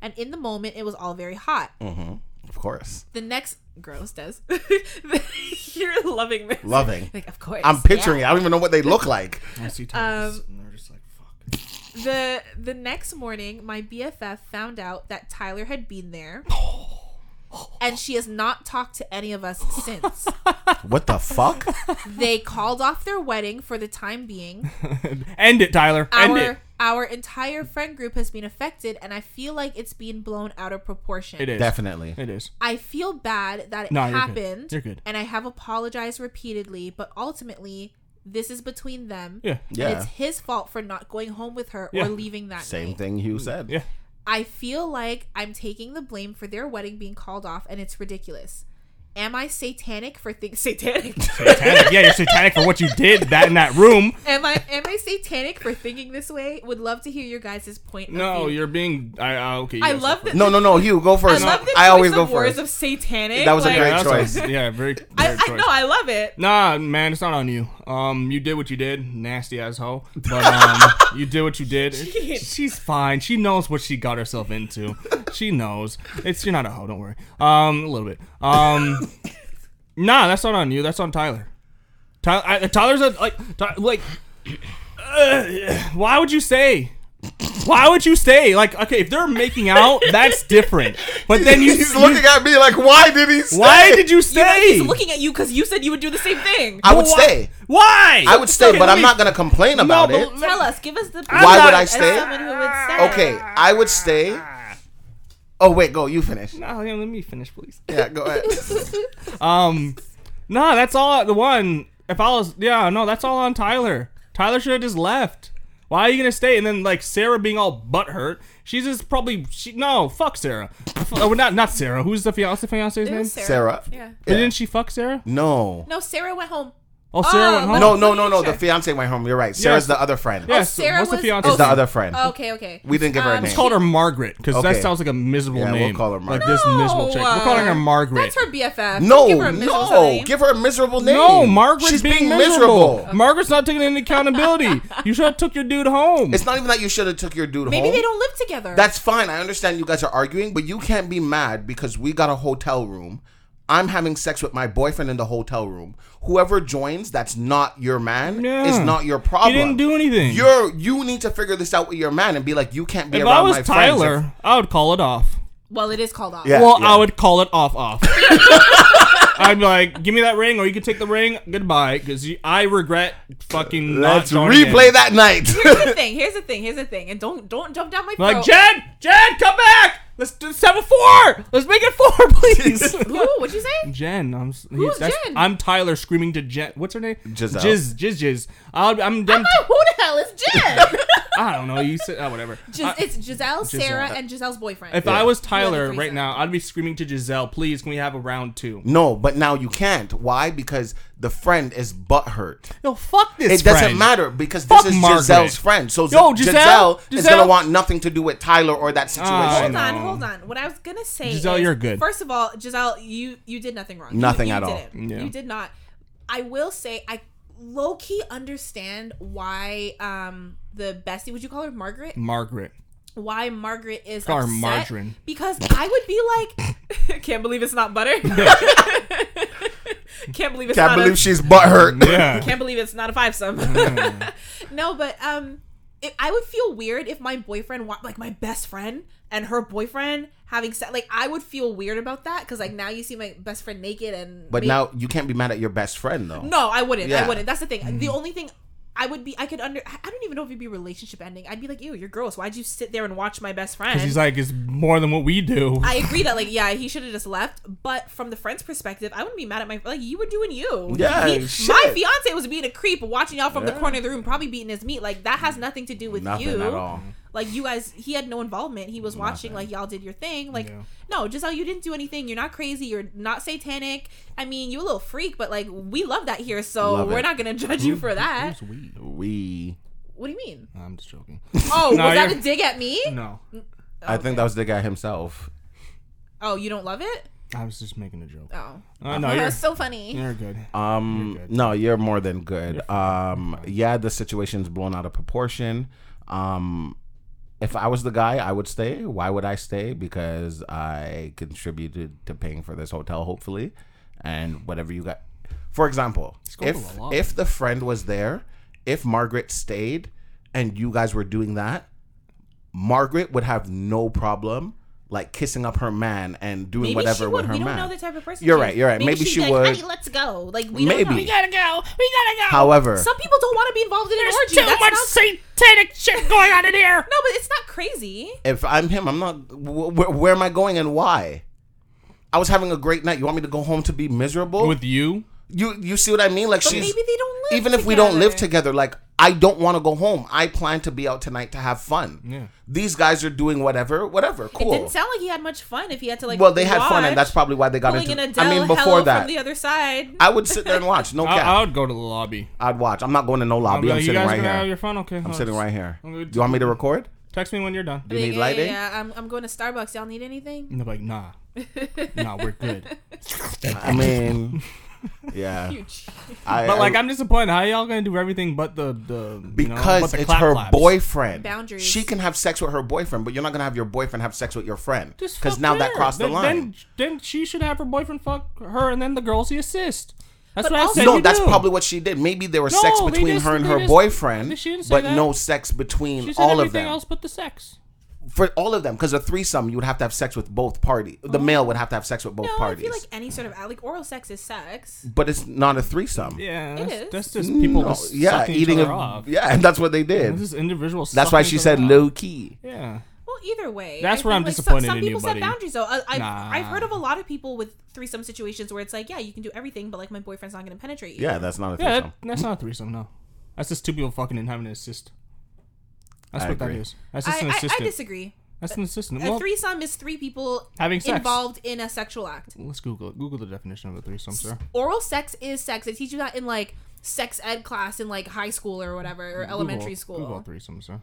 S1: and in the moment, it was all very hot.
S2: Mm.
S3: of course,
S1: The next. Gross, does. You're loving this.
S3: loving.
S1: Like, of course.
S3: I'm picturing it. I don't even know what they look like.
S2: I see
S3: Um,
S2: Tyler's, and they're just like, fuck.
S1: The the next morning, my BFF found out that Tyler had been there, and she has not talked to any of us since.
S3: What the fuck?
S1: they called off their wedding for the time being.
S2: End it, Tyler. End
S1: Our
S2: it.
S1: Our entire friend group has been affected, and I feel like it's being blown out of proportion.
S2: It is.
S3: Definitely.
S2: It is.
S1: I feel bad that it
S2: No, you're good.
S1: happened.
S2: You're good.
S1: And I have apologized repeatedly, but ultimately, this is between them.
S2: Yeah.
S1: And
S3: Yeah.
S1: it's his fault for not going home with her
S2: Yeah.
S1: or leaving that
S3: Same
S1: night.
S3: thing Hugh said.
S2: Yeah.
S1: I feel like I'm taking the blame for their wedding being called off, and it's ridiculous. Am I satanic for things satanic?
S2: Satanic. Yeah, you're satanic for what you did that in that room.
S1: am I am I satanic for thinking this way? Would love to hear your guys' point. of
S2: No,
S1: view.
S2: you're being. I uh, okay. you
S1: I
S2: guys
S1: love
S2: go
S1: that.
S3: No, no, no. Hugh,
S1: I
S3: go first.
S1: love the
S3: I always go
S1: words
S3: first.
S1: of satanic.
S3: That was a
S1: like,
S3: great
S2: Yeah, that's
S3: choice.
S2: what- yeah, very. very
S1: I, I
S2: choice.
S1: no, I love it.
S2: Nah, man, it's not on you. Um, you did what you did, nasty asshole. But um, you did what you did. She's fine. She knows what she got herself into. She knows. It's you're not a hoe. Don't worry. Um, a little bit. Um, nah, that's not on you. That's on Tyler. Tyler, I, Tyler's a like, Ty, like. uh, why would you say? Why would you say? Like, okay, if they're making out, that's different. But then you,
S3: He's
S2: you-
S3: looking at me like, why did he say
S2: why did you
S7: You know,
S2: stay?
S7: he's looking at you because you said you would do the same thing.
S5: I would
S2: Why-
S5: stay.
S2: Why?
S5: I would stay, but I'm
S2: Wait,
S5: not gonna complain about
S2: but-
S5: it.
S7: Tell us, give us the.
S5: Why
S2: not-
S5: would I
S2: as
S5: stay?
S1: Someone who would say,
S5: Okay, I would stay. Oh wait, go. You finish.
S2: No, yeah, Oh, let me finish, please.
S5: Yeah, go ahead.
S2: Um, no, that's all. The one, if I was, yeah, no, that's all on Tyler. Tyler should have just left. Why are you gonna stay? And then like Sarah being all butthurt, she's just probably she no fuck Sarah. oh, not not Sarah. Who's the fiance? Fiance's
S1: It
S2: name?
S1: was
S2: Sarah.
S3: Sarah?
S1: Yeah.
S2: Didn't she fuck Sarah?
S3: No.
S1: No, Sarah went home.
S2: Oh, Sarah went home.
S3: No, no, no, no. The fiance went home. You're right. Sarah's the other friend.
S2: Yes.
S1: Sarah
S2: what's the
S1: was-
S2: fiance's
S1: oh,
S3: It's the
S2: name?
S3: other friend.
S1: Okay, okay.
S3: We didn't give her a
S1: Um,
S3: name.
S2: Let's call her Margaret because
S3: Okay.
S2: that sounds like a miserable
S3: Yeah, we'll
S2: name.
S3: call her Margaret.
S2: Like this miserable
S1: No,
S2: chick. We're calling her
S1: uh,
S2: Margaret.
S1: That's her BFF.
S3: No,
S1: Give her a miserable
S3: no.
S1: name.
S3: Give her a miserable name.
S2: No, Margaret's
S3: She's
S2: being,
S3: being
S2: miserable.
S3: miserable.
S2: Margaret's not taking any accountability. you should have took your dude home.
S3: It's not even that you should have took your dude home.
S1: Maybe they don't live together.
S3: That's fine. I understand you guys are arguing, but you can't be mad because we got a hotel room. I'm having sex with my boyfriend in the hotel room. Whoever joins, that's not your man.
S2: Yeah.
S3: It's not your problem.
S2: He didn't do anything.
S3: You're you need to figure this out with your man and be like, you can't be
S2: if
S3: around
S2: I was
S3: my
S2: Tyler,
S3: friends.
S2: I would call it off.
S1: well, it is called off.
S3: Yeah.
S2: Well, I would call it off off. I'd be like, give me that ring, or you can take the ring. Goodbye, because I regret fucking.
S3: Let's
S2: not joining
S3: replay
S2: in.
S3: that night.
S1: Here's the thing. Here's the thing. Here's the thing. And don't don't jump down my throat.
S2: Like Jed, Jed, come back. Let's do let's have a four. Let's make it four, please.
S1: Ooh, what'd you say?
S2: Jen, I'm s-
S1: Who's
S2: that's-
S1: Jen?
S2: I'm Tyler screaming to Jen. What's her name?
S3: Giselle.
S2: Jizz, jizz, jizz. I'll, I'm. I'm
S1: Oh, who the hell is Jen?
S2: I don't know. You said oh, whatever.
S1: Gis-
S2: I-
S1: it's Giselle, Sarah, and Giselle's boyfriend.
S2: if I was
S1: You
S2: Tyler
S1: had the
S2: right
S1: threesome.
S2: now, I'd be screaming to Giselle, "Please, can we have a round two?
S3: no, but now you can't. Why? Because the friend is butthurt.
S2: No, fuck this.
S3: It doesn't
S2: friend.
S3: matter because
S2: Fuck
S3: this is
S2: Margaret.
S3: Giselle's friend. So Giselle,
S2: Yo, Giselle,
S3: is
S2: Giselle. Oh,
S3: gonna want nothing to do with Tyler or that situation.
S1: Hold
S2: No.
S1: on, hold on. What I was gonna say,
S2: Giselle,
S1: is,
S2: you're good.
S1: First of all, Giselle, you you did nothing wrong. You-
S3: Nothing
S1: you
S3: at
S1: did
S3: all.
S1: it.
S2: Yeah.
S1: You did not. I will say, I low key understand why um the bestie. Would you call her Margaret?
S2: Margaret.
S1: Why Margaret is
S2: Call her
S1: upset?
S2: Margarine.
S1: Because I would be like, can't believe it's not butter. can't believe it's
S3: Can't
S1: not
S3: believe
S1: a,
S3: she's butthurt.
S2: Yeah.
S1: can't believe it's not a five sum.
S3: Hmm.
S1: no, but um, it, I would feel weird if my boyfriend, wa- like my best friend and her boyfriend, having sex. Like I would feel weird about that because like now you see my best friend naked and.
S3: But
S1: may-
S3: now you can't be mad at your best friend though.
S1: no, I wouldn't.
S3: Yeah. Hmm.
S1: I wouldn't. That's the thing. The only thing. I would be. I could under. I I don't even know if it'd be relationship ending. I'd be like, "Ew, you're gross. Why'd you sit there and watch my best friend?"
S2: He's like, it's more than what we do.
S1: I agree that like yeah he should have just left, but from the friend's perspective, I wouldn't be mad at my like you were doing you.
S3: Yeah,
S1: He-
S3: shit.
S1: my fiance was being a creep, watching y'all from the corner of the room, probably beating his meat. Like that has nothing to do with
S3: Nothing
S1: you
S3: at all.
S1: Like you guys, he had no involvement. He was watching like y'all did your thing. Like no, Giselle, you didn't do anything. You're not crazy. You're not satanic. I mean, you a little freak, but like we love that here, so
S3: Love
S1: we're
S3: it.
S1: not gonna judge you for that.
S3: We.
S1: What do you mean?
S2: I'm just joking.
S1: Oh,
S2: No,
S1: was that a
S2: you're-
S1: dig at me?
S2: No,
S3: I think that was the guy himself.
S1: Oh, you don't love it?
S2: I was just making a joke.
S1: Oh,
S2: Uh, no,
S1: Oh,
S2: you're,
S1: that's so funny.
S2: you're good.
S3: Um,
S2: You're good.
S3: no, you're more than good. Um, yeah, the situation's blown out of proportion. Um, if I was the guy, I would stay. Why would I stay? Because I contributed to paying for this hotel, hopefully, and whatever you got. For example,
S2: going
S3: if
S2: to a lot.
S3: if the friend was there, if Margaret stayed, and you guys were doing that, Margaret would have no problem like kissing up her man and doing
S1: Maybe
S3: whatever
S1: she
S3: with
S1: would.
S3: her
S1: We
S3: man.
S1: don't know the type of person.
S3: You're
S1: she is.
S3: right, you're right. Maybe
S1: she'd
S3: she
S1: be like,
S3: would-
S1: "Honey, let's go. Like we
S3: Maybe.
S1: don't know.
S3: We
S1: gotta go. We gotta go.
S3: However,
S1: some people don't want to be involved in an orgy. That's not-
S11: satanic shit going on in here.
S1: no, but it's not crazy.
S3: if I'm him, I'm not. Wh- wh- where am I going and why? I was having a great night. You want me to go home to be miserable?
S2: with you.
S3: you you see what I mean? Like
S1: But
S3: she's
S1: maybe they don't live.
S3: even if we don't live
S1: together.
S3: together, like I don't want to go home. I plan to be out tonight to have fun.
S2: Yeah.
S3: These guys are doing whatever, whatever. Cool.
S1: It didn't sound like he had much fun. If he had to like,
S3: well, they had fun, and
S1: watch
S3: that's probably why they got
S1: pulling
S3: into.
S1: an Adele
S3: I mean,
S1: hello
S3: before
S1: from
S3: that,
S1: the other side.
S3: I would sit there and watch. No
S2: I, I
S3: cap.
S2: would go to the lobby.
S3: I'd watch. I'm not going to no
S2: I'd
S3: lobby.
S2: be
S3: I'm
S2: like, you
S3: sitting
S2: guys
S3: right
S2: gonna have
S3: here.
S2: your phone? Okay,
S3: I'm sitting right here.
S2: I'm
S3: Do
S2: gonna
S3: you want me to record?
S2: Text me when you're done.
S3: Do you need
S1: yeah,
S3: lighting?
S1: Yeah, yeah, I'm, I'm going to Starbucks. Y'all need anything?
S2: And they're like, nah, nah, we're good.
S3: I mean, yeah. I,
S2: But like,
S3: I-
S2: I'm disappointed. How y'all gonna do everything but the the you know,
S3: because
S2: but the
S3: it's
S2: clap
S3: her
S2: claps?
S3: boyfriend.
S1: Boundaries.
S3: She can have sex with her boyfriend, but you're not gonna have your boyfriend have sex with your friend.
S2: Just
S3: Because
S2: fuck
S3: now that
S2: her.
S3: crossed the
S2: Then-
S3: line.
S2: Then, then she should have her boyfriend fuck her, and then the girls he assists. That's
S1: But
S2: what I
S1: also-
S2: said.
S3: no,
S2: you
S3: that's
S2: do.
S3: probably what she did. Maybe there was
S2: No,
S3: sex
S2: they
S3: between
S2: just-
S3: her and
S2: they
S3: her
S2: just-
S3: boyfriend,
S2: she didn't say
S3: but
S2: that.
S3: no sex between
S2: She said
S3: all of
S2: everything
S3: them.
S2: else but the sex.
S3: For all of them, because a threesome, you would have to have sex with both parties. The
S2: Oh.
S3: male would have to have sex with both
S1: No,
S3: parties.
S1: I feel like any sort of like oral sex is sex.
S3: but it's not a threesome.
S1: It
S2: Yeah, that's,
S1: is.
S2: that's just people.
S3: No,
S2: just
S3: yeah,
S2: sucking each
S3: eating.
S2: other
S3: A,
S2: off.
S3: yeah, and that's what they did.
S2: This is individual.
S3: that's why
S2: sucking
S3: she
S2: each
S3: said
S2: other off.
S3: low key.
S2: Yeah,
S1: Well, either way,
S2: That's
S1: I
S2: where
S1: feel
S2: I'm
S1: like some-
S2: disappointed
S1: Some,
S2: in you,
S1: people
S2: buddy.
S1: set boundaries though. I, I've,
S2: Nah.
S1: I've heard of a lot of people with threesome situations where it's like, yeah, you can do everything, but like my boyfriend's not going to penetrate you.
S3: Yeah, that's not a
S2: yeah.
S3: threesome.
S2: That, that's not a threesome. No, that's just two people fucking and having an assist. That's
S3: I
S2: what
S3: agree.
S2: that is. That's just
S1: I,
S2: an
S1: I,
S2: assistant.
S1: I disagree.
S2: that's an assistant.
S1: A
S2: Well,
S1: threesome is three people
S2: having sex.
S1: involved in a sexual act.
S2: Let's Google it. Google the definition of a threesome, sir.
S1: Oral sex is sex. They teach you that in like sex ed class in like high school or whatever or elementary
S2: Google,
S1: school.
S2: Google threesome, sir.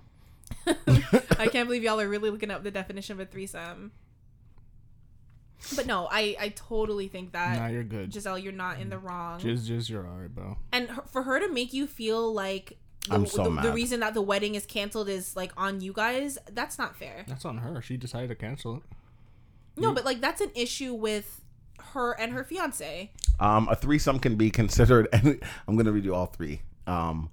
S1: I can't believe y'all are really looking up the definition of a threesome. But no, I I totally think that
S2: Nah, you're good.
S1: Giselle, you're not in the wrong.
S2: Jizz, jizz, you're alright, bro.
S1: and her, for her to make you feel like the,
S3: I'm so
S1: the, the
S3: mad.
S1: reason that the wedding is canceled is like on you guys, that's not fair.
S2: That's on her. She decided to cancel it.
S1: No, but like that's an issue with her and her fiance.
S3: Um, a threesome can be considered, and I'm going to read you all three. Um,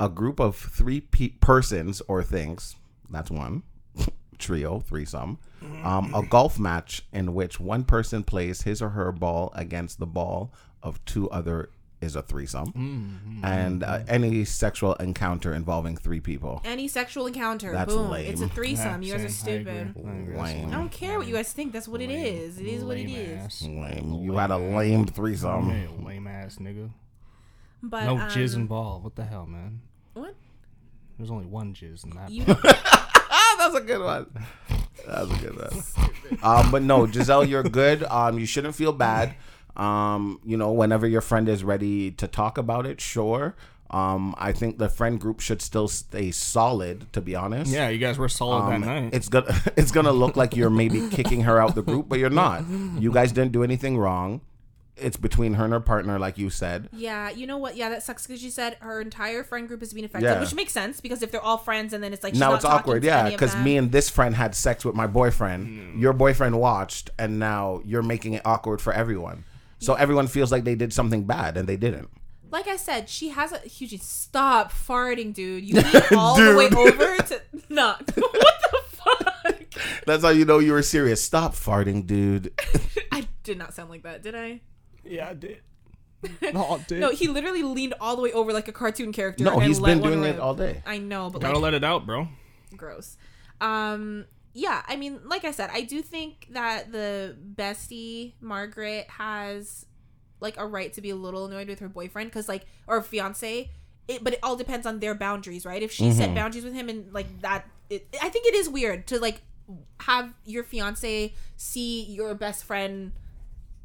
S3: a group of three pe- persons or things. That's one trio, threesome. Um, a golf match in which one person plays his or her ball against the ball of two other is a threesome, and uh, any sexual encounter involving three people.
S1: Any sexual encounter,
S3: That's
S1: boom,
S3: lame.
S1: it's a threesome. you
S2: Yeah,
S1: guys are
S2: same. I
S1: stupid.
S2: agree. I agree.
S3: Lame.
S1: I don't care what you guys think. That's what it is. It is what it
S2: Lame
S1: is.
S2: ass.
S3: Lame. You had a lame threesome.
S2: Hey, lame ass nigga.
S1: But
S2: No
S1: um,
S2: jizz involved. What the hell, man?
S1: What?
S2: There's only one jizz in that.
S1: You
S3: Ah, that's a good one. That's a good one. Um, but no, Giselle, you're good. Um, you shouldn't feel bad. Um, you know, whenever your friend is ready to talk about it, sure. Um, I think the friend group should still stay solid. To be honest,
S2: yeah, you guys were solid
S3: Um,
S2: that night.
S3: it's gonna it's gonna look like you're maybe kicking her out the group, but you're not. You guys didn't do anything wrong. It's between her and her partner, like you said.
S1: Yeah, you know what? Yeah, that sucks because she said her entire friend group is being affected,
S3: Yeah.
S1: which makes sense because if they're all friends and then it's like she's
S3: now
S1: not
S3: it's awkward, yeah, because
S1: because
S3: me and this friend had sex with my boyfriend. Your boyfriend watched, and now you're making it awkward for everyone. So everyone feels like they did something bad, and they didn't.
S1: like I said, she has a huge. Stop farting, dude! You leaned all the way over to not. what the fuck?
S3: That's how you know you were serious. Stop farting, dude.
S1: I did not sound like that, did I?
S2: yeah, I did. No, I did.
S1: No, he literally leaned all the way over like a cartoon character.
S3: No,
S1: and
S3: he's
S1: let
S3: been
S1: one
S3: doing it
S1: rip.
S3: all day.
S1: I know, but
S2: Gotta
S1: like,
S2: let it out, bro.
S1: gross. Um, yeah, I mean, like I said, I do think that the bestie Margaret has like a right to be a little annoyed with her boyfriend because like or fiance. It, but it all depends on their boundaries, right? If she set boundaries with him and like that, it, I think it is weird to like have your fiance see your best friend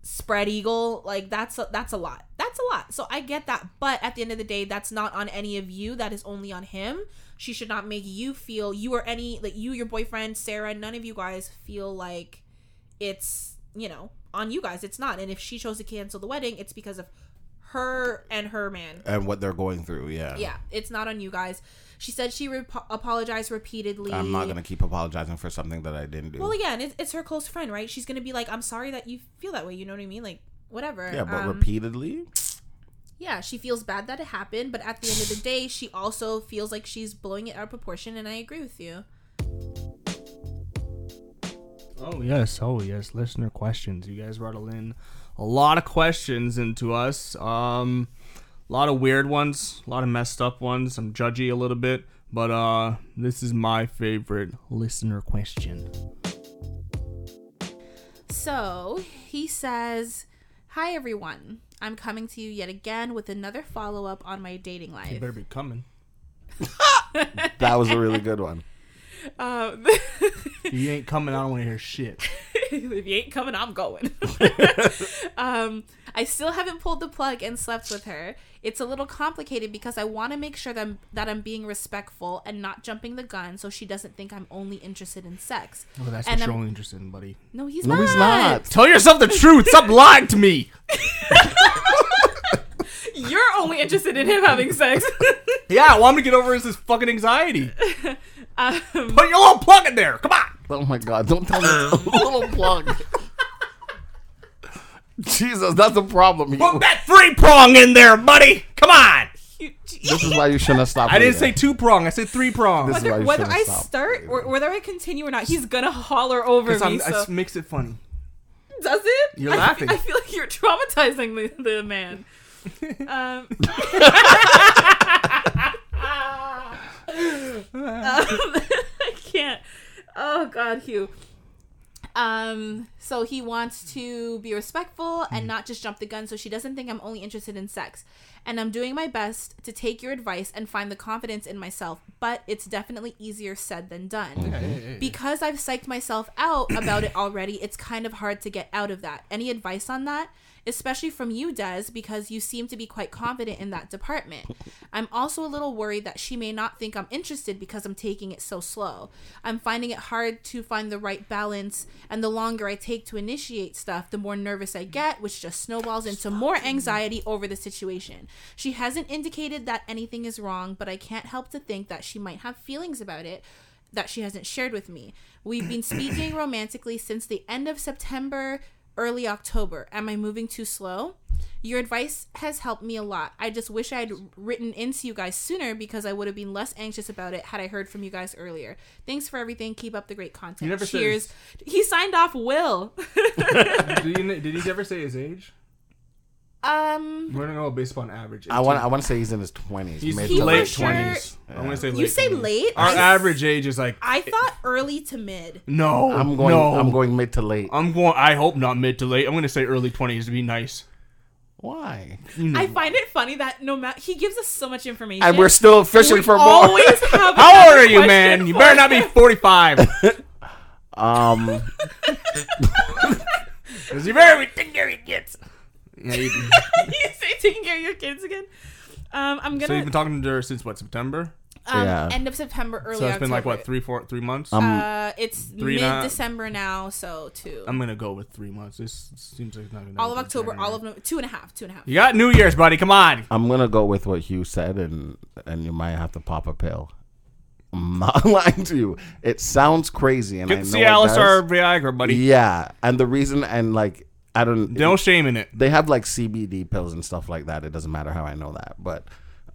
S1: spread eagle like that's a, that's a lot that's a lot so i get that but at the end of the day that's not on any of you that is only on him she should not make you feel you or any like you your boyfriend sarah none of you guys feel like it's you know on you guys it's not and if she chose to cancel the wedding it's because of her and her man
S3: And what they're going through, yeah.
S1: yeah it's not on you guys she said she re- apologized repeatedly
S3: I'm not gonna keep apologizing for something that I didn't do.
S1: well again it's, it's her close friend right she's gonna be like i'm sorry that you feel that way you know what i mean like whatever
S3: yeah, but
S1: Um,
S3: repeatedly,
S1: yeah, she feels bad that it happened, but at the end of the day, she also feels like she's blowing it out of proportion, and I agree with you.
S2: Oh yes, oh yes, listener questions. You guys rattle in a lot of questions into us. Um, a lot of weird ones, a lot of messed up ones. I'm judgy a little bit, but uh, this is my favorite listener question.
S1: So he says, Hi, everyone. I'm coming to you yet again with another follow up on my dating
S2: You
S1: life.
S2: better be coming.
S3: That was a really good one.
S1: Um,
S2: If you ain't coming, I don't want to hear shit.
S1: if you ain't coming, I'm going. um, I still haven't pulled the plug and slept with her. It's a little complicated because I want to make sure that I'm, that I'm being respectful and not jumping the gun so she doesn't think I'm only interested in sex.
S2: Oh, that's
S1: And
S2: what you're
S1: I'm-
S2: only interested in, buddy.
S1: No, he's
S12: No,
S1: not.
S12: he's not.
S2: Tell yourself the truth. Stop lying to me.
S1: You're only interested in him having sex.
S2: Yeah, well, I'm gonna get over this fucking anxiety.
S1: Um,
S2: Put your little plug in there. Come on.
S12: Oh my God! Don't tell me it's a little plug. Jesus, that's a problem.
S2: Put
S12: You,
S2: that three prong in there, buddy. Come on.
S12: this is why you shouldn't have stopped.
S2: I didn't say
S12: reading.
S2: two prong. I said three prong.
S12: This is why you
S1: whether
S12: shouldn't
S1: I
S12: stop
S1: start
S12: reading.
S1: or whether I continue or not, he's gonna holler over me.
S2: Because I'm-
S1: so-
S2: I makes it funny.
S1: does it?
S2: You're
S1: I-
S2: laughing.
S1: I, feel like you're traumatizing the, the man. um, Um, I can't. Oh God, Hugh. Um, so he wants to be respectful
S2: Hmm.
S1: and not just jump the gun so she doesn't think I'm only interested in sex. And I'm doing my best to take your advice and find the confidence in myself, but it's definitely easier said than done. Because I've psyched myself out about it already, it's kind of hard to get out of that. Any advice on that? Especially from you, Des, because you seem to be quite confident in that department. I'm also a little worried that she may not think I'm interested because I'm taking it so slow. I'm finding it hard to find the right balance, and the longer I take to initiate stuff, the more nervous I get, which just snowballs into more anxiety over the situation. She hasn't indicated that anything is wrong, but I can't help to think that she might have feelings about it that she hasn't shared with me. We've been speaking romantically since the end of September, early October. Am I moving too slow? Your advice has helped me a lot. I just wish I had written into you guys sooner because I would have been less anxious about it had I heard from you guys earlier. Thanks for everything. Keep up the great content.
S2: never said
S1: Cheers. He signed off Will.
S2: Did he, did he ever say his age?
S1: um
S2: We're gonna go based upon average.
S3: I want. I want to say he's in his twenties.
S2: He's
S3: mid
S1: he
S2: late
S1: for sure-
S2: 20s. I want to say late.
S1: you say
S2: 20s.
S1: late?
S2: Our
S1: I,
S2: average age is like
S1: I thought early to mid.
S2: no.
S3: I'm going.
S2: No.
S3: I'm going mid to late.
S2: I'm going. I hope not mid to late. I'm gonna say early 20s to be nice.
S3: Why?
S1: I find it funny that no matter he gives us so much information.
S12: And we're still fishing
S1: We
S12: for more.
S1: always have
S2: How old
S1: another
S2: are you,
S1: question
S2: man? You
S1: for
S2: better not be 45.
S3: Um.
S2: Cause you better be thinner it gets. Yeah, you,
S1: you say taking care of your kids again. Um, I'm
S2: so
S1: gonna
S2: you've been talking to her since what September?
S1: um,
S3: Yeah.
S1: end of September, early.
S2: So it's been like what
S1: October.
S2: three, four, three months.
S1: Uh, it's
S2: three nine-
S1: mid December now, so 2
S2: I'm gonna go with three months. This seems like it's not gonna.
S1: all of
S2: happen.
S1: October, all of November, two and a half, two and a half.
S2: You got New Year's, buddy. Come on.
S3: I'm gonna go with what Hugh said, and and you might have to pop a pill. I'm not lying to you. It sounds crazy, and I know
S2: Get
S3: it
S2: Cialis or
S3: does.
S2: Viagra, buddy.
S3: Yeah, and the reason, and like, I don't.
S2: No shame in it.
S3: They have like CBD pills and stuff like that. It doesn't matter how I know that, but.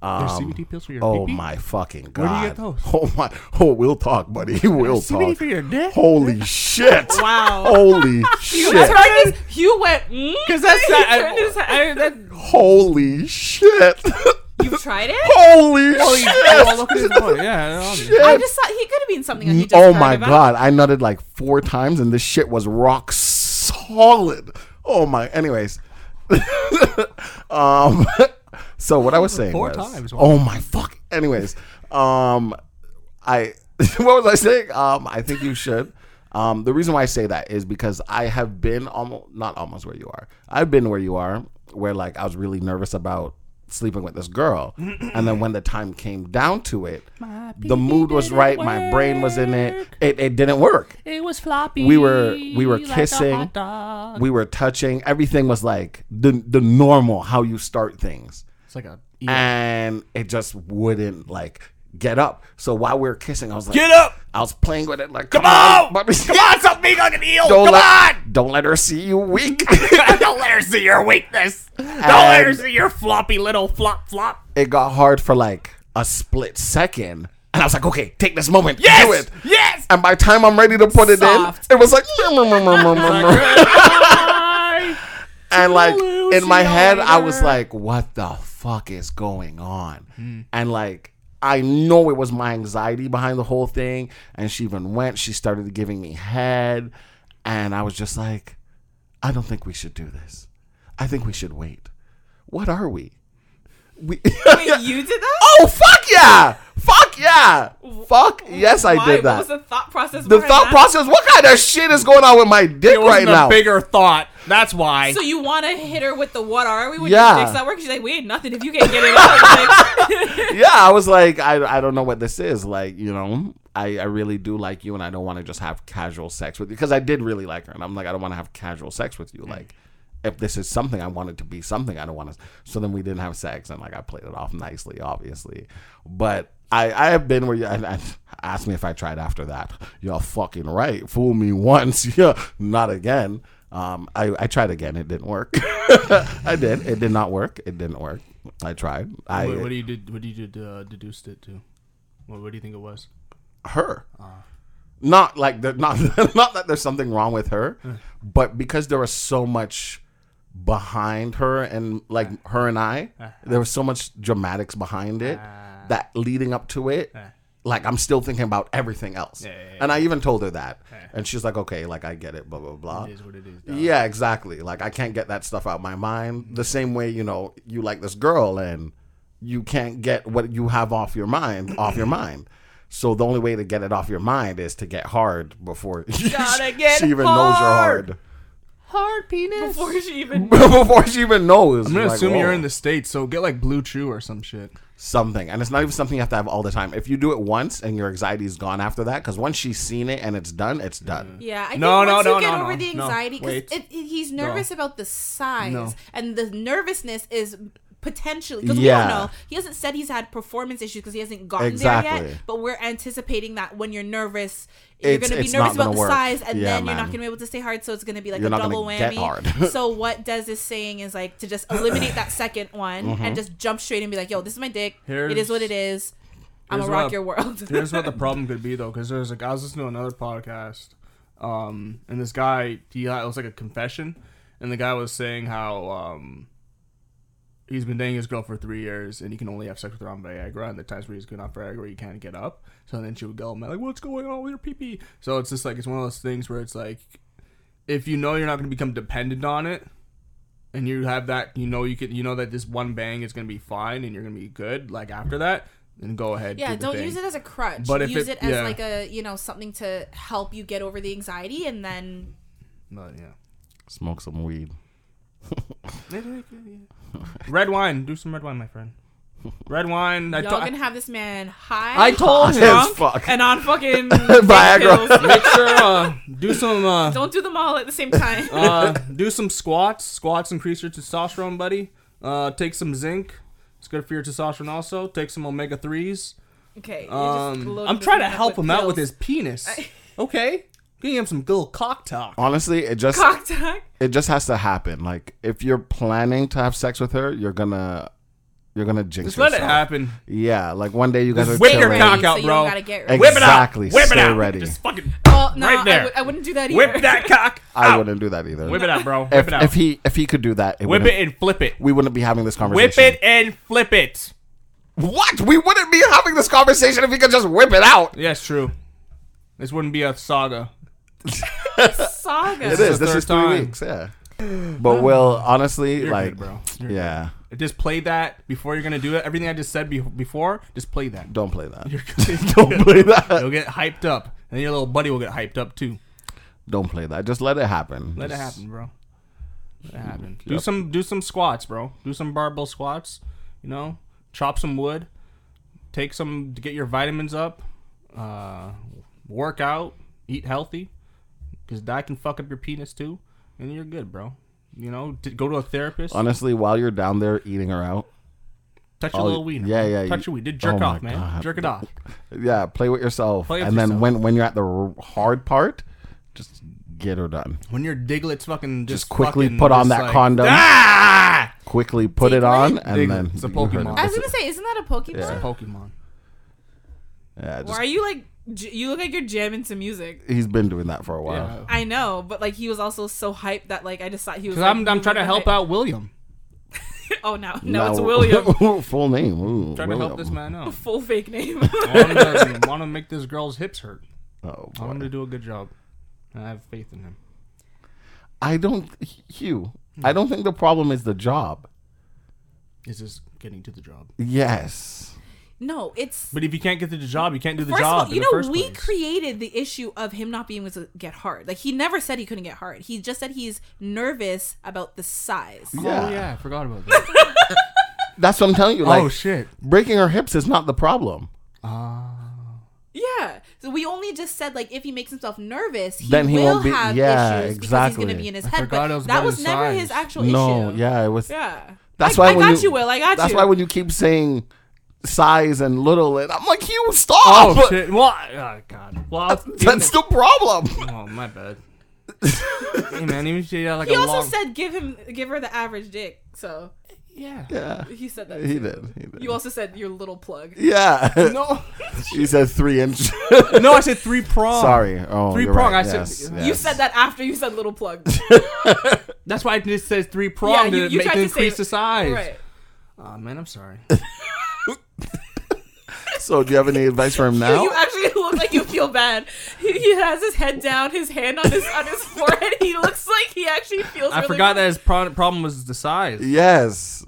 S3: Um,
S2: CBD pills for your
S3: Oh
S2: pee-pee?
S3: my fucking god!
S2: Where do you get those?
S3: Oh my! Oh, we'll talk, buddy. We'll
S2: CBD
S3: talk.
S2: for your dick?
S3: Holy shit!
S2: Wow.
S3: Holy shit!
S1: Turn his- Hugh went hmm? because
S2: Because that's not,
S1: turned his head.
S2: I, I, that,
S3: Holy shit!
S1: You've tried it.
S3: Holy
S2: holy, oh, look at his butt. Yeah. obviously.
S1: I
S3: shit!
S1: just thought he could have been something that you just
S3: Oh
S1: heard
S3: my
S1: about.
S3: god! I nutted like four times, and this shit was rock solid. Oh my! Anyways, um, so what I was saying
S2: Four
S3: was,
S2: times, wow.
S3: oh my fuck! Anyways, um, I what was I saying? Um, I think you should. Um, the reason why I say that is because I have been almost not almost where you are. I've been where you are, where like I was really nervous about sleeping with this girl, and then when the time came down to it, the mood was right. My brain was in it. It it didn't work.
S4: It was floppy.
S3: We were we were kissing, we were touching. Everything was like the the normal how you start things
S2: It's like a. E.
S3: and it just wouldn't like get up. So while we were kissing, I was like,
S2: Get up!
S3: I was playing with it like,
S2: Come on!
S3: Bobby,
S2: Come on, something big like an eel!
S3: don't
S2: Come
S3: let,
S2: on!
S3: don't let her see you weak.
S2: Don't let her see your weakness. Don't let her
S3: And-
S2: see your floppy little flop flop.
S3: it got hard for like a split second, and I was like, okay, take this moment,
S2: Yes!
S3: do it.
S2: Yes!
S3: and by the time I'm ready to put it
S1: Soft.
S3: in, it was like, and like in my head, I was like, what the fuck is going on?
S1: Hmm.
S3: And like, I know it was my anxiety behind the whole thing. And she even went, she started giving me head. And I was just like, I don't think we should do this. I think we should wait. What are we? We.
S1: you did that?
S3: Oh fuck yeah! Fuck yeah! Fuck yes, I
S1: Why?
S3: did that.
S1: What was the thought process?
S3: the
S1: behind
S3: thought
S1: that?
S3: process. What kind of shit is going on with my dick right now?
S2: bigger thought. That's why.
S1: So you want to hit her with the "What are we?" When
S3: Yeah.
S1: your dick's not working, she's like, "We ain't nothing if you can't get it out." Like,
S3: yeah, I was like, I, I don't know what this is. Like, you know, I, I really do like you, and I don't want to just have casual sex with you because I did really like her, and I'm like, I don't want to have casual sex with you. Like, if this is something I wanted to be, something I don't want to. So then we didn't have sex, and like I played it off nicely, obviously, but. I, I have been where you and, and ask me if I tried after that. You're fucking right. Fool me once, yeah, not again. Um, I, I tried again. It didn't work. I did. It did not work. It didn't work. I tried. I
S2: what, what do you did? What do you did, uh, deduced it to? What, what do you think it was?
S3: her.
S2: Ah.
S3: Not like the, not not that there's something wrong with her,
S2: Hmm.
S3: but because there was so much behind her and like
S2: Ah.
S3: her and I, there was so much dramatics behind it
S2: Ah.
S3: that leading up to it, like I'm still thinking about everything else. and I even told her that, and she's like, "Okay, like I get it, blah blah blah."
S2: Is what Ah. it is.
S3: Yeah, exactly. Like I can't get that stuff out of my mind.
S2: Mm-hmm.
S3: The same way, you know, you like this girl and you can't get what you have off your mind off your mind. So the only way to get it off your mind is to get hard before
S1: Gotta get
S3: she even
S1: hard.
S3: knows
S1: Hard penis. Before she even.
S3: you're hard. before she even knows.
S2: I'm gonna
S3: Like,
S2: assume
S3: whoa.
S2: you're in the states, so get like Blue Chew or some shit.
S3: something, and it's not even something you have to have all the time. If you do it once and your anxiety is gone after that, because once she's seen it and it's done, it's done.
S2: Mm.
S1: Yeah, I
S2: No,
S1: think
S2: no,
S1: once
S2: no,
S1: you get
S2: no,
S1: over
S2: no,
S1: the
S2: no.
S1: anxiety, because
S2: Wait.
S1: he's nervous about the size,
S2: No.
S1: and the nervousness is potentially because
S3: Yeah.
S1: we don't know. He hasn't said he's had performance issues because he hasn't gotten there
S3: Exactly.
S1: yet. But we're anticipating that when you're nervous, you're
S3: It's-
S1: going to be
S3: it's
S1: nervous
S3: not gonna
S1: about the
S3: work.
S1: size, and
S3: Yeah,
S1: then you're
S3: man.
S1: not going to be able to stay hard. So it's going to be like
S3: You're
S1: a
S3: not
S1: double
S3: gonna get
S1: whammy.
S3: hard.
S1: so what Des is saying is like to just eliminate that second one and just jump straight and be like, "Yo, this is my dick. it is
S2: Here's-
S1: what it is. I'm
S2: here's
S1: gonna
S2: what
S1: rock
S2: I-
S1: your world."
S2: Here's what the problem could be though, because there's like I was listening to another podcast, um, and this guy he had, it was like a confession, and the guy was saying how um, he's been dating his girl for three years and he can only have sex with her on Viagra, and the times where he's going on Viagra he can't get up, so then she would go like, "What's going on with your pee pee?" So it's just like it's one of those things where it's like, if you know you're not going to become dependent on it, and you have that you know you can you know that this one bang is going to be fine and you're going to be good like after that then go ahead
S1: Yeah,
S2: do the
S1: don't
S2: thing.
S1: use it as a crutch.
S2: But if
S1: use
S2: it-
S1: it, as
S2: yeah.
S1: like a you know something to help you get over the anxiety, and then
S2: But yeah.
S3: Smoke some weed.
S2: Red wine. Do some red wine, my friend. Red wine. I
S1: y'all
S2: told
S1: gonna have this man high.
S2: I told
S3: As
S2: him.
S3: fuck.
S1: and on fucking
S3: Viagra.
S1: Viagra.
S2: Make sure uh, do some uh,
S1: Don't do them all at the same time.
S2: uh, do some squats. Squats increase your testosterone, buddy. Uh, take some zinc. It's good for your testosterone. Also, take some omega threes.
S1: okay, you're just
S2: Um,
S1: loading
S2: I'm
S1: this
S2: trying to
S1: man up
S2: help him out with
S1: pills.
S2: his penis. Okay, give him some good old cock talk.
S3: Honestly, it just
S1: cock talk.
S3: it just has to happen. Like if you're planning to have sex with her, you're gonna you're gonna jinx
S2: Just let it
S3: yourself.
S2: happen.
S3: Yeah, like one day you guys are
S2: whip your
S3: chilling.
S2: cock
S1: Ready,
S2: out,
S1: so you
S2: bro.
S1: don't gotta get ready.
S2: Whip it out.
S3: Exactly.
S2: Whip it
S3: Stay
S2: out.
S3: ready.
S2: Just fucking
S1: Well, no,
S2: right
S1: I,
S2: there.
S1: w- I wouldn't do that either.
S2: whip that cock.
S3: I
S2: out.
S3: wouldn't do that either.
S2: Whip it out, bro. Whip
S3: If,
S2: it out.
S3: if he if he could do that, it
S2: Whip
S3: wouldn't-
S2: it and flip it.
S3: we wouldn't be having this
S2: Whip
S3: conversation.
S2: it and flip it.
S3: What? We wouldn't be having this conversation if he could just whip it out.
S2: Yes, true. This wouldn't be a saga.
S1: Saga.
S3: It is.
S2: the
S3: This is three
S2: third time.
S3: weeks. Yeah. But Will, honestly,
S2: You're
S3: like,
S2: good, bro. You're
S3: yeah,
S2: good. Just play that before you're gonna do it. Everything I just said be- before, just play that.
S3: don't play that.
S2: You're good.
S3: Don't play that.
S2: You'll get hyped up, and your little buddy will get hyped up too.
S3: Don't play that. Just let it happen.
S2: Let it
S3: Just- Mm,
S2: happen, bro. Let it happen. Do some do some squats, bro. Do some barbell squats. You know, chop some wood. Take some to get your vitamins up. Uh, work out. Eat healthy, because that can fuck up your penis too, and you're good, bro. You know, d- go to a therapist.
S3: Honestly, while you're down there eating her out,
S2: Touch your
S3: Oh,
S2: little wiener.
S3: yeah,
S2: bro.
S3: yeah,
S2: Touch
S3: you-
S2: your wiener. Did jerk
S3: oh
S2: off,
S3: my
S2: man.
S3: God.
S2: Jerk it off.
S3: Yeah, play with yourself.
S2: Play with
S3: and then
S2: yourself.
S3: when when you're at the r- hard part, just get her done.
S2: When your diglet's fucking just,
S3: Just quickly
S2: fucking
S3: put on
S2: just
S3: that
S2: like,
S3: condom.
S2: Ah!
S3: Quickly put it
S1: Diglett?
S3: on, and
S2: Diglett.
S3: then
S2: It's a
S3: you heard
S2: Pokemon.
S1: I
S3: it.
S1: was gonna say, isn't that a Pokemon?
S3: Yeah.
S2: Pokemon.
S3: Yeah,
S1: Why
S3: just
S1: are you like J- you look like you're jamming to music.
S3: He's been doing that for a while.
S1: I know, but like he was also so hyped that like I just thought he was.
S13: Because
S1: like,
S13: I'm, I'm trying to help out William.
S1: Oh no, no, it's William.
S3: full name. Ooh,
S13: Trying to help this
S3: William.
S13: man out.
S1: Full fake name.
S13: I want to make this girl's hips hurt.
S3: Oh,
S13: I want him
S3: boy.
S13: to do a good job. And I have faith in him.
S3: I don't, Hugh.
S2: Hmm.
S3: I don't think the problem is the job.
S13: It's just getting to the job.
S3: Yes.
S1: no, it's.
S2: But if you can't get to the job, you can't do the
S1: First
S2: job.
S1: of all,
S2: in
S1: you
S2: the
S1: know,
S2: first
S1: we
S2: place.
S1: created the issue of him not being able to get hard. Like, he never said he couldn't get hard. He just said he's nervous about the size.
S3: Yeah.
S13: Oh yeah, I forgot about that.
S3: That's what I'm telling you. Like,
S2: oh shit! Oh,
S3: breaking her hips is not the problem.
S1: Yeah. So we only just said like if he makes himself nervous, he
S3: Then he
S1: will
S3: won't be-
S1: have
S3: yeah,
S1: issues because he's
S3: exactly.
S1: gonna be in his
S13: I
S1: head.
S13: forgot
S1: But
S13: it was
S1: that
S13: about
S1: was
S13: his
S1: never
S13: size.
S1: his actual
S3: No.
S1: issue.
S3: Yeah, it was.
S1: Yeah.
S3: That's
S1: I,
S3: why
S1: I
S3: when
S1: got
S3: you,
S1: you, Will. I got
S3: That's
S1: you.
S3: why when you keep saying size and little, and I'm like, Hugh, stop.
S2: Oh shit! Well, I- oh, god. Well, I was-
S3: That's the problem.
S2: oh my bad. hey man, even if you had like
S1: he
S2: a
S1: also
S2: long.
S1: said give him give her the average dick. So
S2: yeah.
S3: Yeah,
S1: he said that.
S3: he did. He did.
S1: You also said your little plug.
S3: yeah.
S2: No,
S3: he said three inch.
S1: Oh.
S2: no, I said three prong.
S3: Sorry. Oh,
S2: Three
S3: you're
S2: prong,
S3: Right.
S2: I said-
S3: yes,
S1: You
S3: yes.
S1: said that after you said little plug.
S2: That's why I just said three
S1: Yeah,
S2: prong
S1: you-
S2: to,
S1: you
S2: make,
S1: tried
S2: to
S1: to say-
S2: increase the size.
S1: right.
S2: Oh man, I'm sorry.
S3: So, do you have any advice for him now?
S1: You actually look like you feel bad. He, he has his head down, his hand on his on his forehead. He looks like he actually feels.
S2: I
S1: really
S2: forgot
S1: bad.
S2: that his pro- problem was the size.
S3: yes.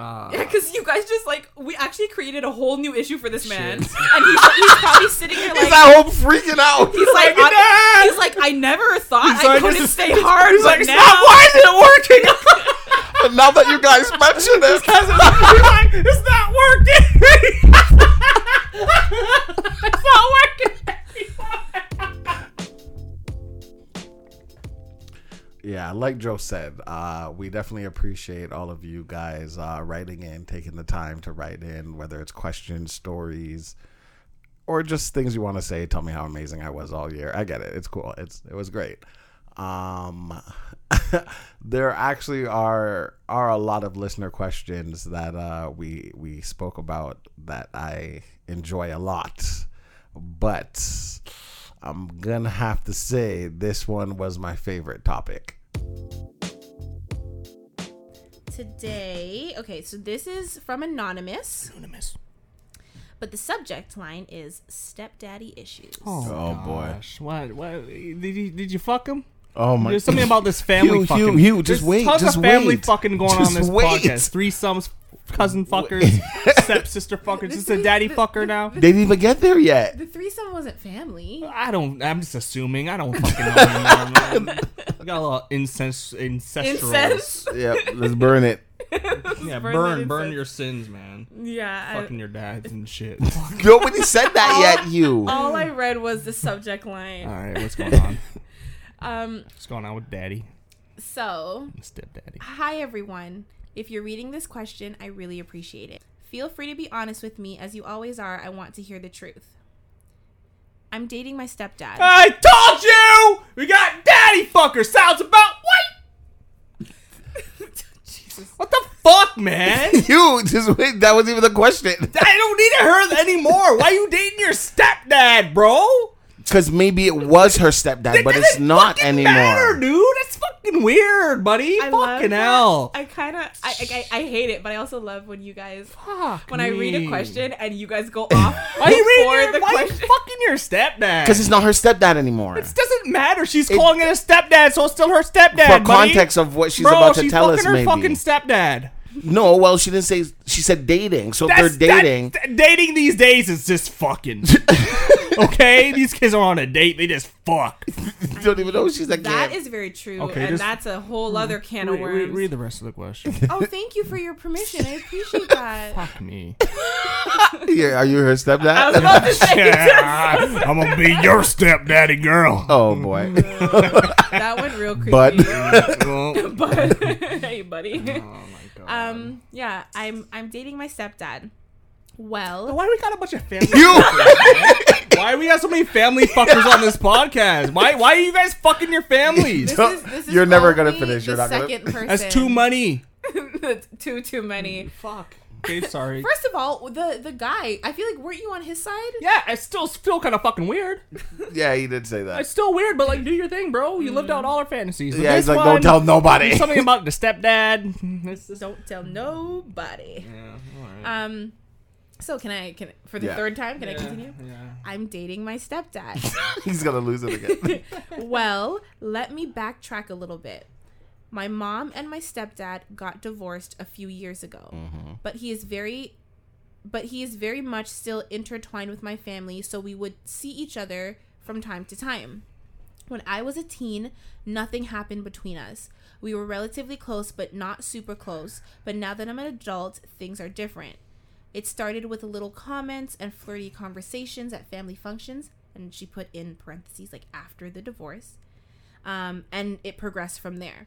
S2: Ah.
S1: Yeah, because you guys just like we actually created a whole new issue for this man, and he's, he's probably sitting here like
S3: He's at home freaking out.
S1: he's like, I, he's like I never thought I
S2: like,
S1: couldn't
S2: this is-
S1: stay hard,
S3: He's
S1: but
S3: like,
S1: now
S3: stop. Why is it working? but now that you guys mention it,
S2: it's not working.
S1: it's not working.
S3: Yeah, like Joe said, uh, we definitely appreciate all of you guys uh, writing in, taking the time to write in, whether it's questions, stories, or just things you want to say. Tell me how amazing I was all year. I get it. It's cool. It's it was great. Um, there actually are are a lot of listener questions that uh, we we spoke about that I enjoy a lot, but I'm gonna have to say this one was my favorite topic.
S1: Today, okay, so this is from anonymous. Anonymous. But the subject line is stepdaddy issues.
S3: Oh boy.
S2: Gosh, what? What? Did you, did you fuck him?
S3: Oh my.
S2: There's something about this family
S3: Hugh,
S2: fucking.
S3: Hugh, Hugh, just
S2: There's
S3: wait,
S2: Tons
S3: just
S2: of family
S3: wait.
S2: fucking going on
S3: Just
S2: on this
S3: wait.
S2: podcast. Threesomes, cousin fuckers, stepsister fuckers. Just a daddy fucker now.
S3: They didn't even get there yet.
S1: The threesome wasn't family.
S2: I don't. I'm just assuming. I don't fucking know. anymore, man. We got a lot of incense, ancestral.
S1: Incense.
S3: yep. Let's burn it.
S2: Yeah,
S1: Burn
S2: burn,
S1: that
S2: burn,
S1: incense.
S2: your sins, man.
S1: Yeah. I,
S2: Fucking your dads and shit.
S3: Nobody said that yet. You.
S2: Oh.
S1: all I read was the subject line.
S2: All right, what's going on?
S1: Um.
S2: What's going on with daddy,
S1: So
S2: and stepdaddy?
S1: Hi, everyone. If you're reading this question, I really appreciate it. Feel free to be honest with me, as you always are. I want to hear the truth. I'm dating my stepdad.
S2: I told you we got daddy fucker. Sounds about what? What the fuck, man?
S3: You just wait. That was even the question.
S2: I don't need her anymore. Why you dating your stepdad, bro?
S3: Because maybe it was her stepdad, but it's
S2: Doesn't
S3: not
S2: fucking
S3: anymore.
S2: matter, dude. That's fucking weird, buddy.
S1: I love
S2: fucking
S1: that.
S2: hell.
S1: I kind of, I, I, I hate it, but I also love when you guys,
S2: Fuck
S1: when I read a
S2: me.
S1: question and you guys go off
S2: Why you
S1: before
S2: reading
S1: the
S2: your, why you
S1: question.
S2: fucking your stepdad?
S3: Because it's not her stepdad anymore.
S2: It doesn't matter. She's calling it a stepdad, so it's still her stepdad.
S3: For
S2: buddy.
S3: context of what she's
S2: Bro,
S3: about to
S2: she's
S3: tell
S2: fucking
S3: us,
S2: her
S3: maybe.
S2: fucking stepdad.
S3: no, well, she didn't say. She said dating. So if
S2: That's-
S3: they're dating.
S2: that- dating these days is just fucking. okay, these kids are on a date. They just fuck.
S3: you don't even know she's a kid.
S1: That is very true,
S2: Okay,
S1: and
S2: just-
S1: that's a whole other can of
S2: Read,
S1: worms.
S2: read the rest of the question.
S1: Oh, thank you for your permission. I appreciate that.
S2: fuck me.
S3: yeah, are you her
S1: I was
S3: stepdad?
S1: about to say
S2: Yeah, I'm gonna be your stepdaddy girl.
S3: Oh boy.
S1: that went real creepy.
S3: But
S2: Oh,
S1: but hey buddy
S2: my God.
S1: um yeah i'm i'm dating my stepdad well
S2: Why do we got a bunch of family?
S3: you.
S2: Why we got so many family fuckers on this podcast? Why? Why are you guys fucking your families?
S1: this is, this is
S3: You're never gonna
S1: only
S3: finish. You're
S1: the
S3: not gonna-
S1: second person
S2: That's too money.
S1: That's too too many
S2: Fuck. Okay, sorry.
S1: First of all, the the guy, I feel like weren't you on his side?
S2: yeah, I still feel kind of fucking weird.
S3: Yeah, he did say that.
S2: It's still weird, but like, do your thing, bro. You
S1: Mm.
S2: lived out all our fantasies. But
S3: Yeah,
S2: this
S3: he's like,
S2: one,
S3: don't tell nobody.
S2: Something about the stepdad. It's just-
S1: Don't tell nobody.
S2: yeah, all right.
S1: Um so can I can for the
S3: Yeah.
S1: third time, can I
S2: Yeah,
S1: continue?
S2: yeah.
S1: I'm dating my stepdad.
S3: He's gonna lose it again.
S1: well, let me backtrack a little bit. My mom and my stepdad got divorced a few years ago, but he is very but he is very much still intertwined with my family, so we would see each other from time to time. When I was a teen, nothing happened between us. We were relatively close, but not super close. But now that I'm an adult, things are different. It started with little comments and flirty conversations at family functions, and she put in parentheses like after the divorce. Um, and it progressed from there.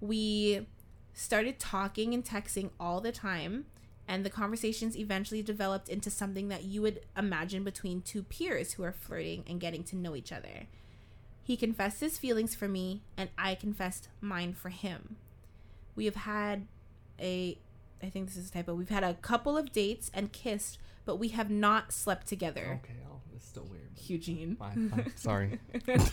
S1: We started talking and texting all the time, and the conversations eventually developed into something that you would imagine between two peers who are flirting and getting to know each other. He confessed his feelings for me, and I confessed mine for him. We have had a, I think this is a typo, we've had a couple of dates and kissed, but we have not slept together.
S2: Okay, I'll- it's still weird. but
S1: Eugene.
S2: Fine, fine. Sorry.
S1: That's